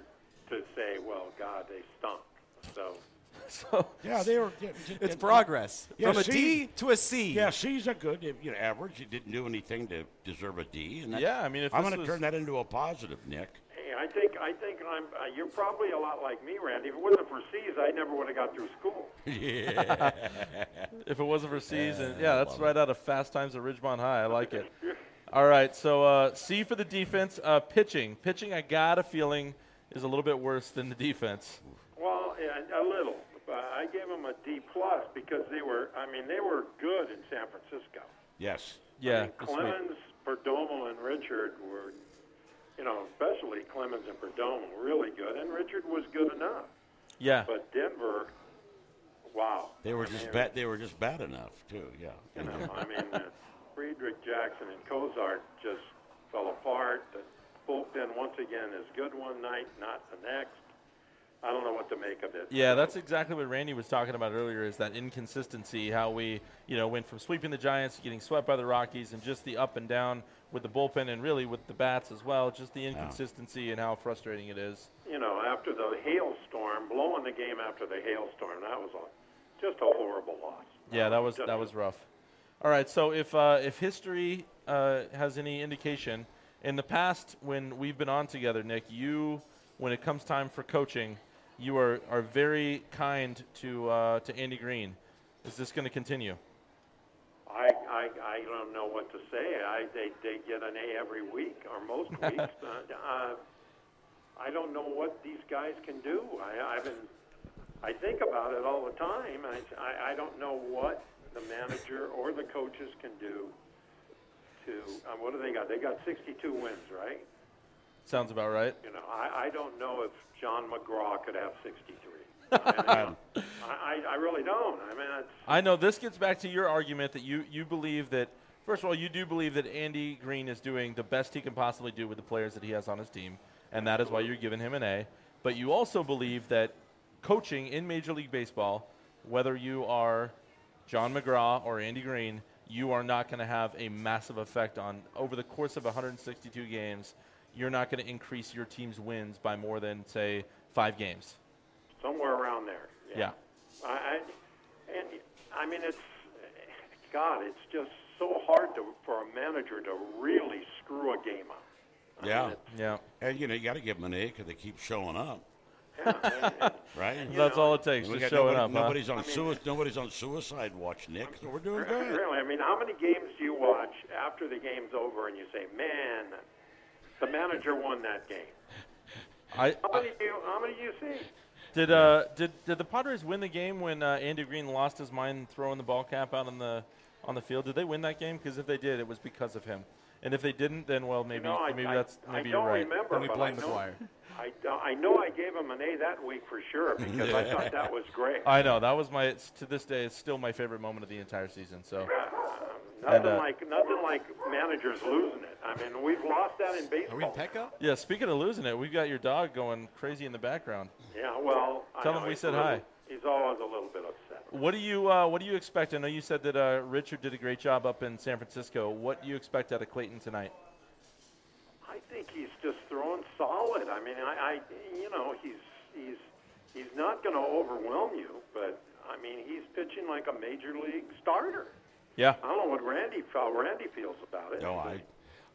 G: to say, well, God, they stunk. So
E: So
H: Yeah, they were. yeah,
D: It's
H: yeah,
D: progress
H: Yeah,
D: from a D
H: see?
D: to a C.
H: Yeah,
C: C's are good. If, You know, average. You didn't do anything to deserve a D. And that's,
E: yeah, I mean, if
C: I'm
E: this
C: going to
E: was-
C: turn that into a positive, Nick.
G: hey, I think I think I'm. Uh, you're probably a lot like me, Randy. If it wasn't for C's, I never would have got through
C: *laughs*
G: school.
E: if it wasn't for C's, and yeah, that's right out of Fast Times at Ridgemont High. I like it. All right, so uh, C for the defense. Uh, pitching, pitching. I got a feeling is a little bit worse than the defense.
G: Well, yeah, a little. But I gave them a D plus because they were. I mean, they were good in San Francisco.
C: Yes.
E: Yeah,
G: I mean,
E: this week.
G: Clemens, Perdomo, and Richard were, you know, especially Clemens and Perdomo, really good, and Richard was good enough.
E: yeah.
G: But Denver, wow.
C: They were
G: I mean,
C: just bad. They were just bad enough too. Yeah.
G: You know, I mean, uh, Friedrich Jackson and Kozart just fell apart. The bullpen once again is good one night, not the next. I don't know what to make of it.
E: Yeah, that's exactly what Randy was talking about earlier is that inconsistency, how we, you know, went from sweeping the Giants to getting swept by the Rockies and just the up and down with the bullpen and really with the bats as well, just the inconsistency and how frustrating it is.
G: you know, after the hailstorm, blowing the game after the hailstorm, that was a, just a horrible loss.
E: Yeah, that was
G: Just-
E: that was rough. All right, so if uh, if history uh, has any indication, in the past when we've been on together, Nick, you when it comes time for coaching, you are, are very kind to uh, to Andy Green. Is this going to continue?
G: I, I, I don't know what to say. I, they, they get an A every week or most weeks. but, uh, I don't know what these guys can do. I, I've been, I think about it all the time. I, I, I don't know what the manager or the coaches can do to, um, what do they got? They got 62 wins, right?
E: Sounds about right.
G: You know, I, I don't know if John McGraw could have 63. I, mean, I, I, I really don't. I mean, it's,
E: I know this gets back to your argument that you, you believe that, first of all, you do believe that Andy Green is doing the best he can possibly do with the players that he has on his team, and that is why you're giving him an A. But you also believe that coaching in Major League Baseball, whether you are John McGraw or Andy Green, you are not going to have a massive effect on, over the course of 162 games, you're not going to increase your team's wins by more than, say, five games.
G: somewhere around there.
E: Yeah.
G: I, I and I mean it's God, it's just so hard to, for a manager to really screw a game up.
C: Yeah.
E: Yeah.
C: And you know you got to give them an A because they keep showing up,
E: *laughs*
G: Yeah, and-
C: right?
E: That's all it takes,
C: And we
E: just
C: got
E: showing
C: nobody-
E: up. huh?
C: Nobody's on suicide. Nobody's on suicide watch, Nick. So we're doing
G: and
C: good.
G: really, I mean, how many games do you watch after the game's over and you say, "Man, the manager won that game"?
E: I,
G: How many do you, how many do you see?
E: Did uh did did the Padres win the game when uh, Andy Green lost his mind throwing the ball cap out on the on the field? Did they win that game? Because if they did, it was because of him. And if they didn't, then well, maybe
G: no, I,
E: maybe
G: I,
E: that's
G: I
E: maybe
G: don't
E: you're right.
G: remember.
D: Then we
G: but
D: blame
G: I
D: the
G: know,
D: flyer.
G: I, don't- I know I gave him an A that week for sure
E: *laughs*
G: because I thought that was great.
E: I know that was my it's- to this day it's still my favorite moment of the entire season. So
G: Nothing
E: And, uh,
G: like nothing like managers losing it. I mean, we've lost that in baseball.
D: Are we in Pekka?
E: yeah, speaking of losing it, we've got your dog going crazy in the background.
G: Yeah, well,
E: Tell
G: I know
E: him we
G: he's
E: said
G: a little-
E: hi.
G: He's always a little bit upset.
E: What do you uh, what do you expect? I know you said that uh, Richard did a great job up in San Francisco. What do you expect out of Clayton tonight?
G: I think he's just throwing solid. I mean, I, I you know, he's he's he's not going to overwhelm you, but I mean, he's pitching like a major league starter.
E: Yeah.
G: Uh, I don't know what Randy how Randy feels about
C: *laughs*
G: it.
C: No, I,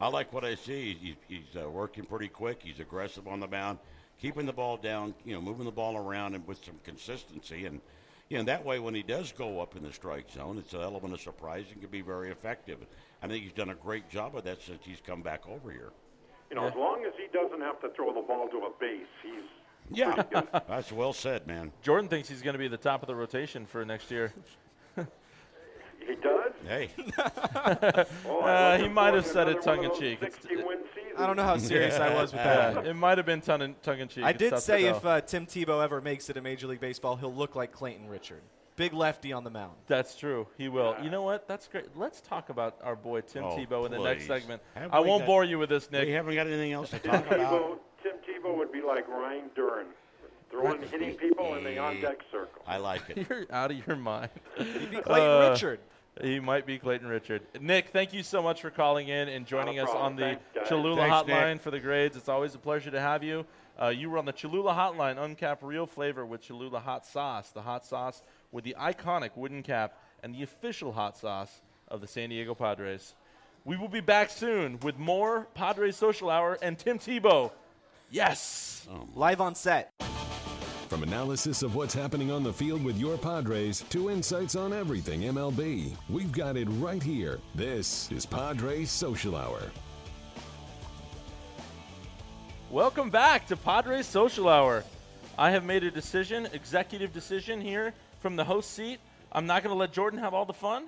C: I like what I see. He's, he's uh, working pretty quick. He's aggressive on the mound, keeping the ball down. You know, moving the ball around and with some consistency. And you know that way, when he does go up in the strike zone, it's an element of surprise and can be very effective. I think he's done a great job of that since he's come back over
E: *laughs*
C: here.
G: You know, as long as he doesn't have to throw the ball to a base, he's
C: Yeah,
D: *laughs*
C: that's well said, man.
E: Jordan thinks he's going to be the top of the rotation for next year.
G: *laughs* he does.
E: *laughs*
C: Hey,
G: Oh,
E: Uh,
G: I'm
E: he
G: looking
E: might
G: forward
E: have
G: to
E: said it
G: another
E: tongue
G: one
E: in
G: of those
E: cheek. It's-
G: 60-win seasons.
D: I don't know how serious I was with
E: Uh, *laughs*
D: that.
E: it might have been tongue in, tongue in cheek.
D: I
E: It's
D: did
E: tough to
D: say
E: tell.
D: if uh, Tim Tebow ever makes it in Major League Baseball, he'll look like Clayton Richard. Big lefty on the mound.
E: That's true. He will. You know what? That's great. Let's talk about our boy Tim
C: Oh,
E: Tebow in the next
C: please.
E: segment.
C: Have
E: I
C: we
E: won't
C: got-
E: bore you with this,
C: we
E: Nick.
C: haven't got anything else to talk about.
G: Tebow, Tim Tebow would be like Ryan Duran, throwing, hitting people in the on-deck circle.
C: I like
E: *laughs*
C: it.
E: *laughs* You're out of
C: *laughs*
E: your mind.
D: He'd be Clayton
E: Uh,
D: Richard.
E: He might be Clayton Richard. Nick, thank you so much for calling in and joining us
G: problem.
E: on the
G: Thanks, guys.
E: Cholula
C: Thanks, Nick.
E: Hotline for the grades. It's always a pleasure to have you. Uh, you were on the Cholula Hotline, uncap real flavor with Cholula Hot Sauce, the hot sauce with the iconic wooden cap and the official hot sauce of the San Diego Padres. We will be back soon with more Padres Social Hour and Tim Tebow. Yes.
D: Live on set.
A: From analysis of what's happening on the field with your Padres to insights on everything MLB, we've got it right here. This is Padres Social Hour.
E: Welcome back to Padres Social Hour. I have made a decision, executive decision here from the host seat. I'm not going to let Jordan have all the fun.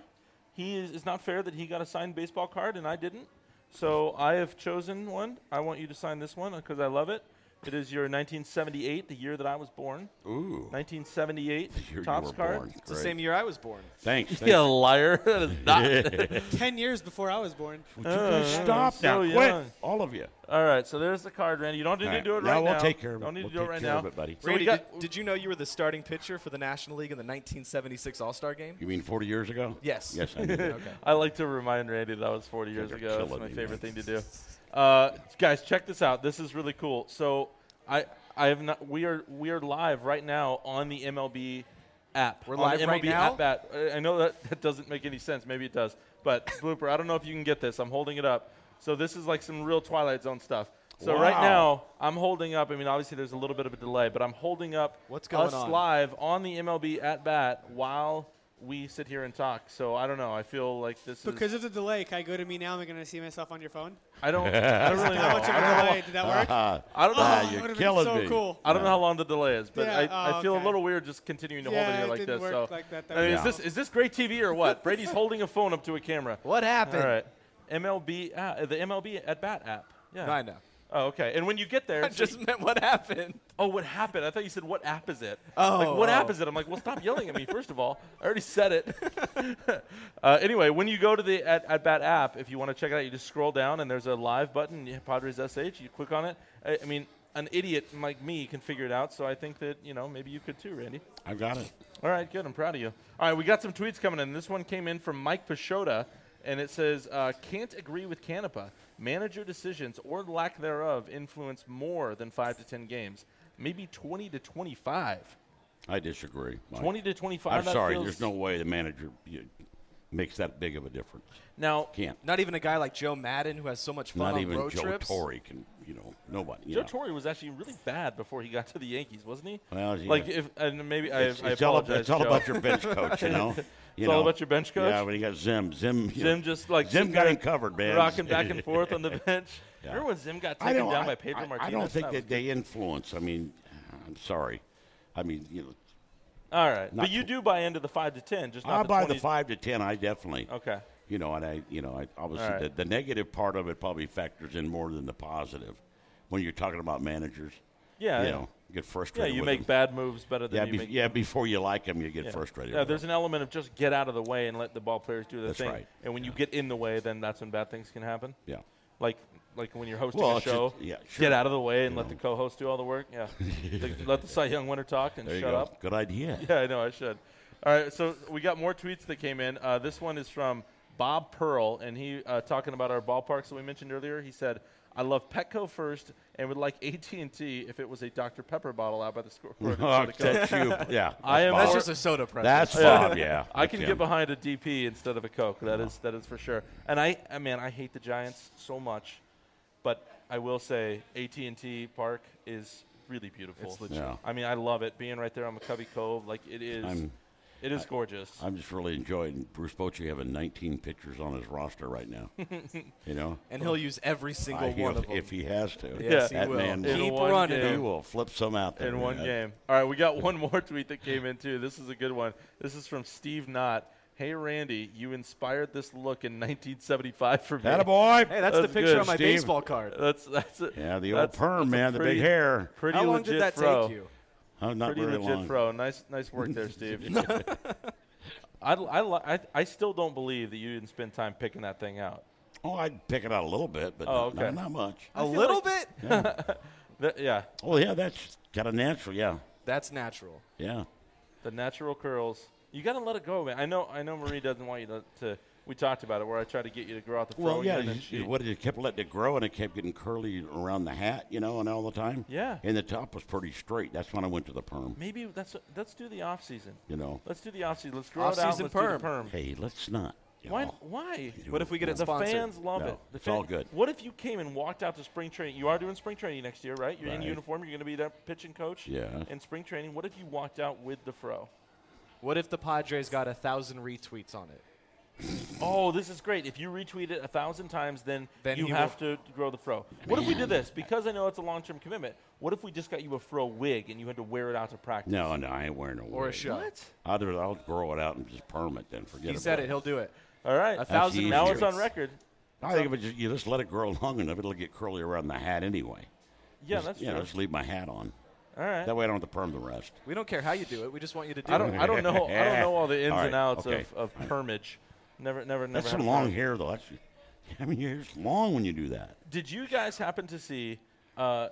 E: He is it's not fair that he got a signed baseball card and I didn't. So I have chosen one. I want you to sign this one because I love it. It is your 1978, the year that I was born.
C: Ooh,
E: 1978
C: here you
E: Topps
C: were
E: card. *laughs*
C: born.
D: It's the
C: Great.
D: same year I was born.
C: Thanks. thanks.
E: You liar. *laughs* That
C: *laughs*
E: is not.
F: Ten years before I was born.
C: Would you guys stop
E: Uh, so
C: now? Quit.
E: young.
C: All of you.
E: all right, so there's the card, Randy. You don't need
C: All
E: to
C: right,
E: do it
C: now
E: right
C: we'll
E: now.
C: take care of it.
E: Don't need
C: We'll
E: to do it
C: take
E: right
C: care
E: now.
C: of it, buddy.
E: So we
D: Randy,
E: got,
D: did, did you know you were the starting pitcher for the National League in the 1976 All Star game?
C: You mean 40 years ago?
D: Yes.
C: Yes, I
E: *laughs*
C: knew that.
E: I like to remind Randy that was 40 years
C: You're
E: ago. That's
C: killing
E: my
C: me,
E: favorite
C: man.
E: thing to do. Uh, guys, check this out. This is really cool. So I I have not. We are we are live right now on the MLB app.
D: We're
E: on the
D: live right
E: MLB
D: now?
E: App at, I I know that that doesn't make any sense. Maybe it does. But blooper. I don't know if you can get this. I'm holding it up. So this is like some real Twilight Zone stuff. So right
C: Wow.
E: now I'm holding up. I mean, obviously there's a little bit of a delay, but I'm holding up
D: What's going
E: us
D: on?
E: live on the MLB at bat while we sit here and talk. So I don't know. I feel like this
F: Because
E: is
F: of the delay, can I go to me now? Am I going to see myself on your phone?
E: I don't I
D: *laughs*
E: don't really Oh, know.
F: How much of
E: I
F: a
E: don't,
F: delay? Did that
E: *laughs*
F: work?
C: Ah,
E: I don't know.
C: ah,
F: Oh, it
C: you're
F: would've been
C: killing
F: so
C: me.
F: cool.
E: I don't know how long the delay is, but
F: Yeah,
E: I, I
F: oh,
E: feel a
F: okay.
E: little weird just continuing to hold
F: Yeah,
E: it here
F: it
E: like
F: didn't
E: this.
F: work
E: so
F: like that. That
E: I mean, is
F: was-
E: this is this great TV or
F: *laughs*
E: what? Brady's holding a phone up to a camera.
D: What happened?
E: All right, MLB uh, the MLB at bat app. Yeah,
D: No, I know.
E: Oh, okay. And when you get there,
D: *laughs* I just meant what happened.
E: oh, what happened? I thought you said what app is it?
D: Oh,
E: like, what app
D: oh.
E: is it? I'm like, well, stop yelling at me. First of all, I already said it. *laughs* uh, anyway, when you go to the at, at bat app, if you want to check it out, you just scroll down and there's a live button. You have Padres SH. You click on it. I, I mean, an idiot like me can figure it out. So I think that you know maybe you could too, Randy.
C: I got it.
E: All right, good. I'm proud of you. All right, we got some tweets coming in. This one came in from Mike Pashota, and it says, uh, "Can't agree with Canapa. Manager decisions or lack thereof influence more than five to ten games, maybe twenty to twenty-five.
C: I disagree. Mike.
E: Twenty to twenty-five.
C: I'm
E: that
C: sorry.
E: feels-
C: There's no way the manager you, makes that big of a difference.
E: now.
C: Can't.
D: Not even a guy like Joe Madden who has so much fun
C: Not
D: on
C: even
D: road
C: Joe
D: trips.
C: Torre can. You know, nobody. you
E: Joe
C: know.
E: Torre was actually really bad before he got to the Yankees, wasn't he?
C: Well, yeah.
E: like if and maybe I,
C: It's,
E: I
C: it's all, ab-
E: apologize,
C: it's all
E: Joe.
C: about your bench coach, you know. You
E: It's all about your bench coach?
C: Yeah, when you got Zim, Zim, you
E: *laughs* Zim
C: know,
E: just like
C: Zim
E: sitting
C: got
E: there
C: him covered, man.
E: rocking
C: *laughs*
E: back and forth on the bench.
C: Yeah.
E: Remember when Zim got
C: I
E: taken
C: don't.
E: down
C: I,
E: by Pedro
C: I-
E: Martinez?
C: I don't think
E: That
C: that they influence. I mean, I'm sorry. I mean, you know,
E: All right,
C: Not
E: but you
C: tw-
E: do buy into the five to ten, just not
C: I
E: the
C: buy
E: 20.
C: the five to ten. I definitely.
E: Okay.
C: You know, and I, you know, I obviously
E: All right.
C: the, the negative part of it probably factors in more than the positive when you're talking about managers.
E: Yeah,
C: You
E: yeah.
C: know, get
E: Yeah,
C: frustrated.
E: you
C: with
E: make
C: them.
E: bad moves better than
C: Yeah,
E: you
C: bef-
E: make.
C: yeah. Before you like them, you get
E: yeah.
C: frustrated.
E: Yeah,
C: with
E: there's
C: them.
E: an element of just get out of the way and let the ball players do their
C: That's
E: thing.
C: right.
E: And when you get in the way, then that's when bad things can happen.
C: Yeah.
E: Like like when you're hosting
C: Well,
E: a
C: it's just-
E: show,
C: yeah,
E: get
C: sure.
E: out of the way and let the co-host do all the work.
C: *laughs*
E: Yeah. The- let the Cy Young winner talk and
C: There you
E: shut
C: go.
E: up.
C: Good
E: *laughs*
C: idea.
E: Yeah, I know. I should. All right. So we got more tweets that came in. Uh, this one is from Bob Pearl, and he uh, talking about our ballparks that we mentioned earlier. He said, I love Petco first, and would like AT and T if it was a Dr Pepper bottle out by the
C: *laughs*
E: scoreboard.
C: Oh, that's you. Yeah.
E: I am-
D: That's
E: Or-
D: just a soda
E: *laughs*
D: press.
C: That's Bob, yeah.
E: I can
C: That's
E: get
C: him.
E: behind a DP instead of a Coke. That is that is for sure. And I, I man, I hate the Giants so much, but I will say AT&T Park is really beautiful.
D: It's legit.
C: Yeah.
E: I mean, I love it. Being right there on McCovey Cove, like it is-
C: I'm-
E: it is gorgeous.
C: I'm just really enjoying Bruce Bochy having 19 pitchers on his roster right now. you know,
D: and he'll use every
C: I-
D: single
C: he'll-
D: one of them.
C: if he has to.
D: yes,
E: Yeah.
D: he
C: that
D: will.
C: man
E: In
D: Keep
E: one
D: running.
E: game.
C: He will flip some out there.
E: in one
C: man.
E: game. All right, we got one more *laughs* tweet that came in too. This is a good one. This is from Steve Knott. Hey Randy, you inspired this look in 1975 for me.
C: Attaboy.
D: Hey, that's,
E: That's
D: the picture
E: good,
D: on my
C: Steve.
D: baseball card.
E: That's that's it.
C: Yeah, the old
E: That's-
C: perm,
E: that's a
C: man, the big
E: pretty-
C: hair.
E: Pretty
D: How long
E: legit
D: did that
E: fro.
D: take you?
C: Oh, not
E: pretty
C: very
E: legit
C: long.
E: pro. Nice, nice
C: *laughs*
E: work there, Steve. *laughs* I, I, li- I, I still don't believe that you didn't spend time picking that thing out.
C: Oh, I'd pick it out a little bit, but
E: Oh,
C: not- not,
E: okay.
C: not much.
D: A little bit?
E: That- yeah,
C: Oh, yeah, that's got a natural. Yeah,
D: That's natural.
C: yeah.
E: the natural curls. You gotta let it go, man. I know, I know. Marie doesn't want you to. to we talked about it, where I tried to get you to grow out the fro.
C: Well, yeah,
E: again, and
C: you-
E: she-
C: what it kept letting it grow, and it kept getting curly around the hat, you know, and all the time.
E: Yeah.
C: And the top was pretty straight. That's when I went to the perm.
E: Maybe that's what- let's do the off season.
C: You know.
E: let's do the off season. Let's grow it out.
D: Off-season
E: Let's do the
D: perm.
E: perm.
C: Hey, let's not. you
E: Why?
C: know.
E: Why?
D: What if we get it
E: The
D: sponsored?
E: fans love
C: No,
E: it. The
C: it's all good.
E: What if you came and walked out to spring training? You are doing spring training next year, right? You're in
C: Right.
E: uniform. You're going to be their pitching coach.
C: Yeah.
E: In spring training, what if you walked out with the fro?
D: What if the Padres got a thousand retweets on it?
E: Oh, this is great. If you retweet it a thousand times, then,
D: Then
E: you
D: he
E: have to grow the fro. What if we did
C: Man.
E: this? Because I know it's a long-term commitment. What if we just got you a fro wig and you had to wear it out to practice?
C: No, no, I ain't wearing a
D: Or a
C: wig.
D: show?
C: I'd, I'll grow it out and just perm it then. Forget
D: He said
C: about
D: it. He'll do it.
E: All right.
D: A thousand
C: easy.
E: now it's on
D: retweets.
E: record.
C: I think if it just, you just let it grow long enough, it'll get curly around the hat anyway.
E: Yeah,
C: Just,
E: that's
C: you know,
E: true.
C: just leave my hat on.
E: All right.
C: That way I don't have to perm the rest.
D: We don't care how you do it. We just want you to do
E: I don't.
D: it.
E: I don't know. I don't know all the
C: *laughs*
E: ins
C: All right,
E: and outs
C: okay.
E: of, of permage. Never, never, never.
C: That's
E: had
C: some
E: a
C: long
E: perm.
C: hair, though. That's, *laughs* I mean, your hair's long when you do that.
E: Did you guys happen to see? Uh,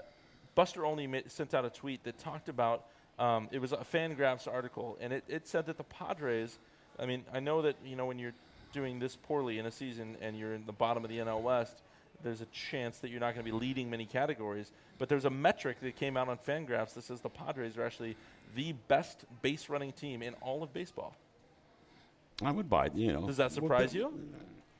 E: Buster only ma- sent out a tweet that talked about um, it was a Fangraphs article, and it, it said that the Padres. I mean, I know that you know when you're doing this poorly in a season and you're in the bottom of the NL West, there's a chance that you're not going to be leading many categories. But there's a metric that came out on Fangraphs that says the Padres are actually the best base running team in all of baseball.
C: I would buy it, you know.
E: Does that
C: Well,
E: surprise
C: but
E: you?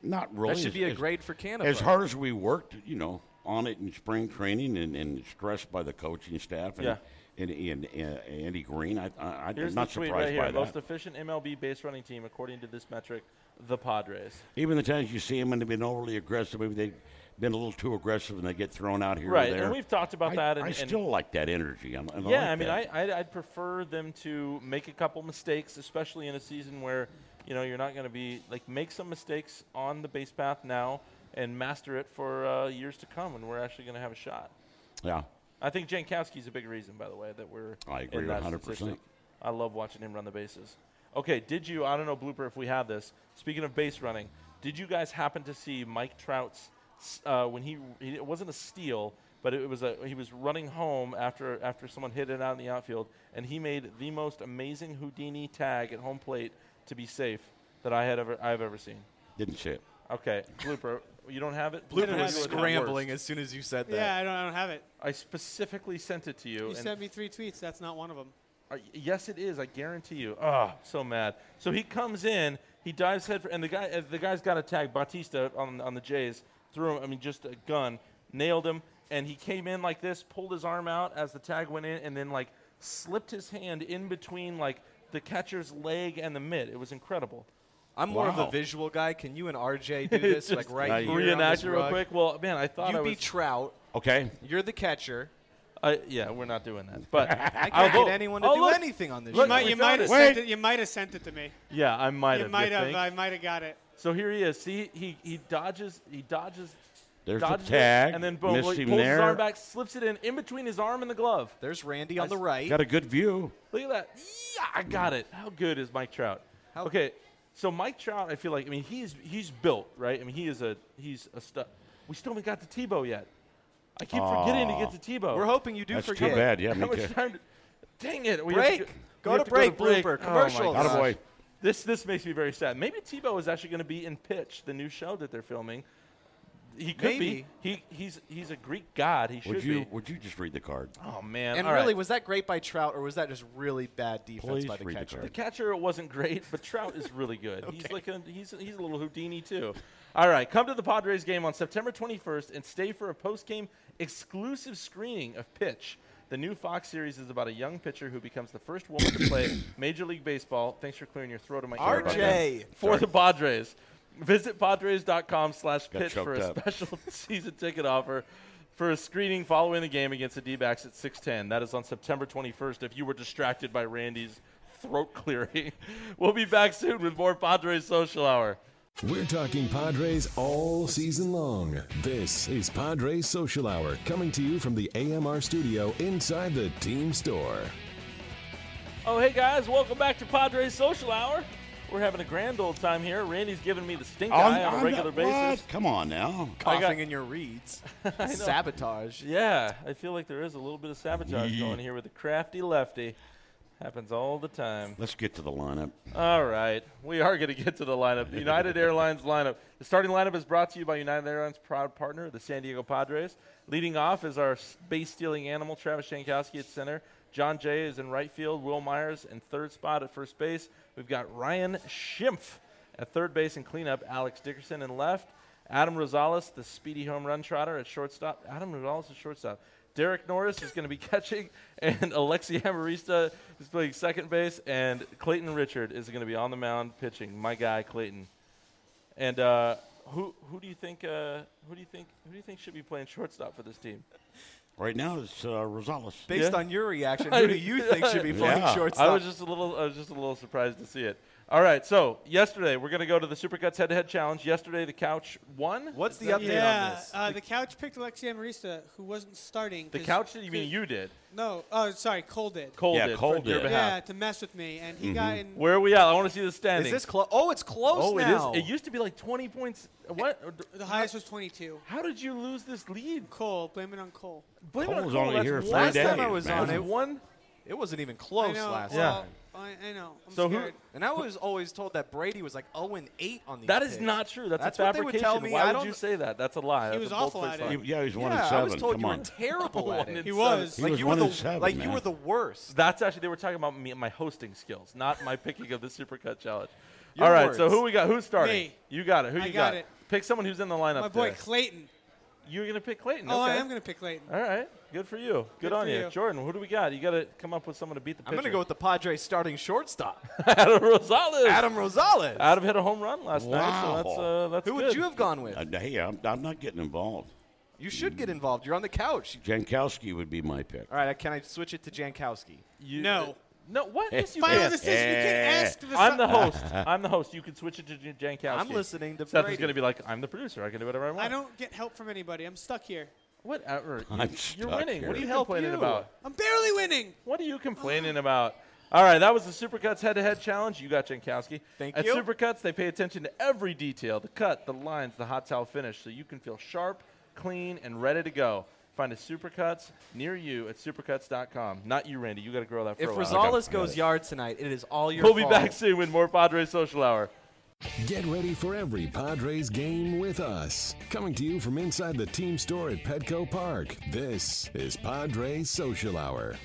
C: Not really.
D: That should
C: As-
D: be a
C: as-
D: grade for Canada.
C: As hard as we worked, you know, on it in spring training and, and stressed by the coaching staff and,
E: Yeah.
C: and, and, and Andy Green, I, I, I'm
E: Here's
C: not
E: the tweet
C: surprised
E: right
C: by
E: here.
C: that.
E: Most efficient MLB base running team according to this metric, the Padres.
C: Even the times you see them and they've been overly aggressive, maybe they've been a little too aggressive and they get thrown out here
E: Right,
C: or
E: and
C: there.
E: we've talked about
C: I-
E: that and-
C: I
E: and-
C: still like that energy. I'm, I'm
E: yeah,
C: like
E: I mean, I,
C: that.
E: I'd, I'd prefer them to make a couple mistakes, especially in a season where you know you're not going to be like make some mistakes on the base path now and master it for uh, years to come, and we're actually going to have a shot.
C: yeah.
E: I think Jankowski's a big reason, by the way, that we're.
C: I agree
E: in that
C: 100%.
E: statistic. I love watching him run the bases. Okay, did you? I don't know blooper if we have this. Speaking of base running, did you guys happen to see Mike Trout's s- uh, when he, he it wasn't a steal, but it was a he was running home after after someone hit it out in the outfield, and he made the most amazing Houdini tag at home plate to be safe that I had ever I've ever seen.
C: Didn't see it.
E: Okay, blooper, you don't have it.
D: Blooper
E: Blooper
D: was
E: you at the
D: scrambling
E: worst.
D: as soon as you said that.
F: Yeah, I don't, I don't have it.
E: I specifically sent it to you.
F: You
E: and-
F: sent me three tweets. That's not one of them.
E: Uh, yes, it is. I guarantee you. Oh, so mad. So he comes in, he dives head for, and the guy, uh, the guy's got a tag. Batista on on the Jays threw him. I mean, just a gun, nailed him, and he came in like this, pulled his arm out as the tag went in, and then like slipped his hand in between like the catcher's leg and the mitt. It was
D: *laughs*
E: incredible.
D: I'm more of a
C: Wow.
D: visual guy. Can you and RJ do this like right here? on
E: Reenact
D: this
E: it real
D: rug?
E: quick. Well, man, I thought I
D: You
E: was.
D: be Trout.
C: Okay.
D: You're the catcher.
E: I- yeah, we're not doing that. But
D: *laughs* I
E: I'll
D: can't
E: go-
D: get anyone to
E: Oh,
D: do
E: look.
D: anything on this
E: Look,
F: You
D: show.
F: might,
E: we
F: you
E: found
F: might
E: it.
F: have
E: Wait.
F: sent it. You might have sent it to me.
E: Yeah, I might
F: You
E: have.
F: might
E: you
F: have.
E: think?
F: I might have got it.
E: So here he is. See, he he dodges. He dodges.
C: There's the
E: dodges it,
C: tag.
E: and then boom,
C: Missed
E: like,
C: him
E: pulls his
C: there.
E: arm back, slips it in in between his arm and the glove.
D: There's Randy on
E: I
D: the
E: s-
D: right.
C: Got a good view.
E: Look at that. Yeah, I got it. How good is Mike Trout? okay, so Mike Trout, I feel like I mean he's he's built right. I mean he is a he's a stud. We still haven't got to Tebow yet. I keep forgetting to get to Tebow.
D: We're hoping you do
C: That's
D: forget.
C: too bad.
E: *laughs*
C: Yeah, me
E: How
C: too.
E: much time? do- Dang it! We have
D: Break.
E: to
D: Go
E: we
D: to
E: have
D: break,
E: break.
D: blooper.
E: Oh my
D: Commercials.
E: gosh.
C: Attaboy.
E: This this makes me very sad. Maybe Tebow is actually going to be in Pitch, the new show that they're filming. He could
D: Maybe.
E: be. He he's he's a Greek god. He should
C: Would you
E: be.
C: would you just read the card?
E: Oh man.
D: And
E: All right.
D: really, was that great by Trout, or was that just really bad defense
C: Please
D: by the
C: read the
D: catcher?
E: The
C: card.
E: catcher wasn't great, but Trout is really good. He's like a, he's he's a little Houdini too. All right, come to the Padres game on September 21st and stay for a post-game exclusive screening of Pitch. The new Fox series is about a young pitcher who becomes the first woman to play Major League Baseball. Thanks for clearing your throat in my ear. about
D: RJ.
E: that. For the Padres. Visit Padres.com slash
C: Got
E: pitch for a
C: choked up.
E: special *laughs* season ticket offer for a screening following the game against the D-backs at 6:10. That is on September 21st. If you were distracted by Randy's throat *laughs* clearing, we'll be back soon with more Padres Social Hour.
A: We're talking Padres all season long. This is Padres Social Hour coming to you from the AMR studio inside the team store.
E: Oh, hey guys, welcome back to Padres Social Hour. We're having a grand old time here. Randy's giving me the stink eye on, a regular basis.
C: Come on now.
D: Coughing
E: got-
D: in
E: *laughs*
D: your reads, sabotage.
E: Yeah, I feel like there is a little bit of sabotage going here with a crafty lefty. Happens all the time.
C: Let's get to the lineup.
E: All right. We are going to get to the lineup. The United Airlines lineup. The starting lineup is brought to you by United Airlines proud partner, the San Diego Padres. Leading off is our base stealing animal, Travis Shankowski at center. John Jay is in right field. Will Myers in third spot at first base. We've got Ryan Schimpf at third base and cleanup. Alex Dickerson in left. Adam Rosales, the speedy home run trotter at shortstop. Adam Rosales is shortstop. Derek Norris is going to be *laughs* catching, and Alexi Amarista is playing second base, and Clayton Richard is going to be on the mound pitching. My guy Clayton. And uh, who who do you think uh, who do you think who do you think should be playing shortstop for this team?
C: Right now it's uh, Rosales.
D: Based
E: Yeah.
D: on your
E: *laughs*
D: reaction, who do you think should be playing
C: Yeah.
D: shortstop?
E: I was just a little I was just a little surprised to see it. All right, so yesterday we're going to go to the Supercuts head-to-head challenge. Yesterday the couch won.
D: What's
E: Is
D: the
E: that-
D: update on
F: Yeah,
D: this?
F: uh, the couch picked Alexia Marista, who wasn't starting.
E: The
F: 'cause-
E: couch? Did you mean you did?
F: No, oh, sorry, Cole did.
E: Cole
C: Yeah,
E: did.
C: Cole
E: for Your
C: did.
E: behalf. Mm-hmm.
F: yeah, to mess with me, and he got in.
E: Where are we at? I want to see the standings.
D: Is this close? Oh, it's close
E: oh,
D: now.
E: it is. It used to be like 20 points. What?
F: The highest was 22.
E: How did you lose this lead?
F: Cole, blame it on Cole.
E: Blame it on
C: Cole's
E: Cole.
C: only
E: That's
C: here
E: one-
C: three
D: Last
C: days,
D: time I was on
C: man.
D: it, one. It wasn't even
F: I
D: close
F: know,
D: last
F: well,
D: time.
F: I, I know. I'm
E: So who-
F: scared.
D: And I was always told that Brady was like 0 and 8 on these.
E: That is
D: picks.
E: not true. That's,
D: That's
E: a
D: what they
E: fabrication.
D: would tell me.
E: Why
D: I
E: would
D: don't-
E: you say that? That's a lie. That's
F: was
E: a bold
F: awful at
E: face
F: it.
E: lie.
F: He-
C: yeah, he's one
D: Yeah,
C: and
D: I
C: seven.
D: was told
C: Come
D: you
C: on.
D: were terrible
E: One
D: at
E: and
D: it.
F: He
E: seven.
F: was.
D: like
C: was
D: you were
C: one
D: the
C: and seven,
D: like you
C: man.
D: were the worst.
E: That's actually they were talking about me, my hosting skills, not my picking of the supercut challenge.
D: Your
E: All right, so
D: words.
E: who we got? Who's starting?
F: Me.
E: You got it. Who
F: I
E: you
F: got it.
E: Pick someone who's in the lineup.
F: My boy
E: there.
F: Clayton.
E: You're gonna pick Clayton.
F: Oh, I
E: okay.
F: am going to pick Clayton.
E: All right, good for you. Good,
F: Good
E: on
F: for
E: you.
F: you.
E: Jordan. Who do we got? You got to come up with someone to beat the
D: I'm
E: pitcher.
D: gonna go with the Padres starting shortstop, *laughs*
E: *laughs* Adam Rosales.
D: Adam Rosales.
E: Adam hit a home run last night, so
C: Wow.
E: that's uh, that's
D: Who
E: good.
D: would you have gone with?
C: Uh, hey, I'm, I'm not getting involved.
D: You should get involved. You're on the couch.
C: Jankowski would be my pick.
D: All right, I- can I switch it to Jankowski?
E: You-
F: No.
E: no. What? Yes, you
F: Final
E: can.
F: decision. You can't ask the
E: I'm the host. I'm the host. You can switch it to J- Jankowski.
D: I'm listening to
E: Seth
D: Brady.
E: is going to be like, I'm the producer. I can do whatever I want.
F: I don't get help from anybody. I'm stuck here.
E: Whatever.
C: I'm
E: You're
C: stuck
E: winning. What are
C: here.
E: you
D: Help
E: complaining
D: you.
E: about?
F: I'm barely winning.
E: What are you complaining about? All right, that was the Supercuts head-to-head challenge. You got Jankowski.
D: Thank
E: At
D: you.
E: Supercuts, they pay attention to every detail: the cut, the lines, the hot towel finish, so you can feel sharp, clean, and ready to go. Find a Supercuts near you at supercuts.com. Not you, Randy. You got to grow that for
D: If
E: a while.
D: Rosales goes yard tonight, it is all your
E: We'll be
D: fault.
E: back soon with more Padres Social Hour.
A: Get ready for every Padres game with us. Coming to you from inside the team store at Petco Park. This is Padres Social Hour.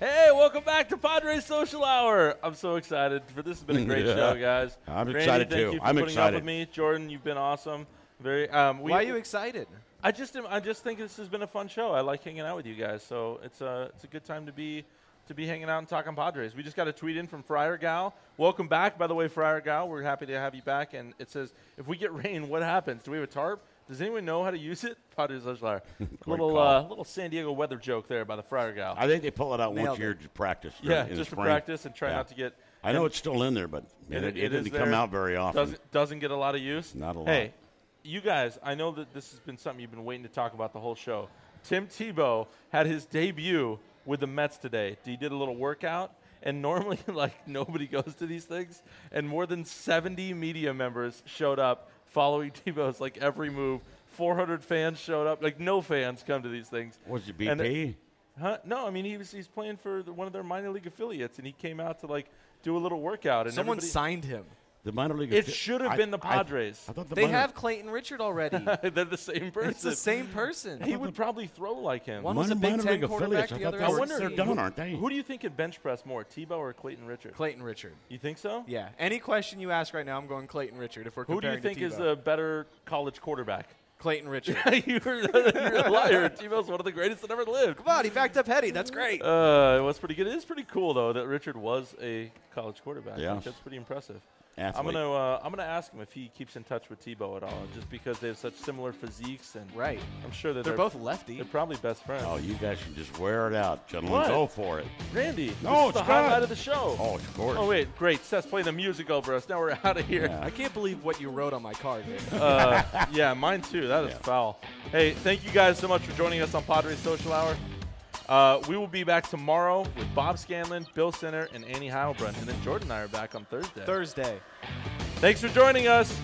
E: Hey, welcome back to Padres Social Hour. I'm so excited for this. Has been a
D: *laughs*
E: great
C: Yeah.
E: show, guys.
C: I'm
E: Randy,
C: excited,
E: thank
C: too.
E: You for
C: I'm
E: putting up
C: excited.
E: with me, Jordan. You've been awesome. Very. Um, we,
D: Why are you excited?
E: I just am, I just think this has been a fun show. I like hanging out with you guys, so it's a it's a good time to be to be hanging out and talking Padres. We just got a tweet in from Friar Gal. Welcome back, by the way, Friar Gal. We're happy to have you back. And it says, if we get rain, what happens? Do we have a tarp? Does anyone know how to use it? *laughs* Padres Social Hour.
C: *laughs*
E: little
C: call.
E: uh, little San Diego weather joke there by the Friar Gal.
C: I think they pull it out
D: Nailed
C: once a year
D: it.
C: to practice. during-
E: yeah,
C: in the
E: just for
C: spring.
E: practice and try
C: Yeah.
E: not to get.
C: I know
E: and-
C: it's still in there, but it, it,
E: is
C: didn't come
E: there.
C: out very often.
E: Doesn't, doesn't get a lot of use.
C: Not a lot.
E: Hey, you guys, I know that this has been something you've been waiting to talk about the whole show. Tim Tebow had his debut with the Mets today. He did a little workout, and *laughs* normally, like, nobody goes to these things, and more than 70 media members showed up following *laughs* Tebow's, like, every move. 400 fans showed up. Like, no fans come to these things.
C: Was it
E: And- uh,
C: BP?
E: Huh? No, I mean he was he's playing for the, one of their minor league affiliates, and he came out to like do a little workout. And
D: Someone
E: everybody-
D: signed him.
C: The minor league.
E: It
C: offi-
E: should have
C: I-
E: been the
C: I-
E: Padres.
C: I, thought the
D: They
C: minor-
D: have Clayton
E: *laughs*
D: Richard already.
E: They're the same person.
D: it's the same
E: *laughs*
D: person.
E: He would probably throw like him.
D: One was a
C: Minor-
D: Big
C: minor
D: Ten
C: league
D: quarterback,
C: affiliates, I
D: the
C: thought
D: other
C: they
D: is
C: were-
D: a
C: they're
D: C.
C: done, aren't they?
E: Who do you think could bench press more, Tebow or Clayton Richard?
D: Clayton Richard.
E: You think so?
D: Yeah. Any question you ask right now, I'm going Clayton Richard. If we're
E: Who do
D: comparing
E: you think
D: to
E: is
D: Tebow.
E: the better college
D: *laughs*
E: quarterback?
D: Clayton Richard?
E: *laughs* you're, you're a liar. Tebow's one of the greatest that ever lived.
D: Come on, he backed up Hetty. That's great.
E: Uh, it was pretty good. It is pretty cool though that Richard was a college quarterback. I
C: Yeah.
E: think that's pretty impressive. I'm
C: Athlete.
E: gonna uh, I'm gonna ask him if he keeps in touch with Tebow at all, just because they have such similar physiques and
D: Right.
E: I'm sure that
D: They're
E: they're,
D: both lefty.
E: They're probably best friends.
C: Oh, you guys should just wear it out, gentlemen.
E: What?
C: Go for it.
E: Randy, this
C: No,
E: is the
C: it's
E: highlight
C: good.
E: of the show.
C: Oh, of course.
E: Oh, wait, great. Seth's playing the music over us. Now we're *laughs* out of here.
D: I can't believe what you wrote on my card. Nick.
E: Uh, yeah, mine too. That is foul. Hey, thank you guys so much for joining us on Padres Social Hour. Uh, we will be back tomorrow with Bob Scanlon, Bill Center, and Annie Heilbrunn. And then Jordan and I are back on Thursday.
D: Thursday.
E: Thanks for joining us.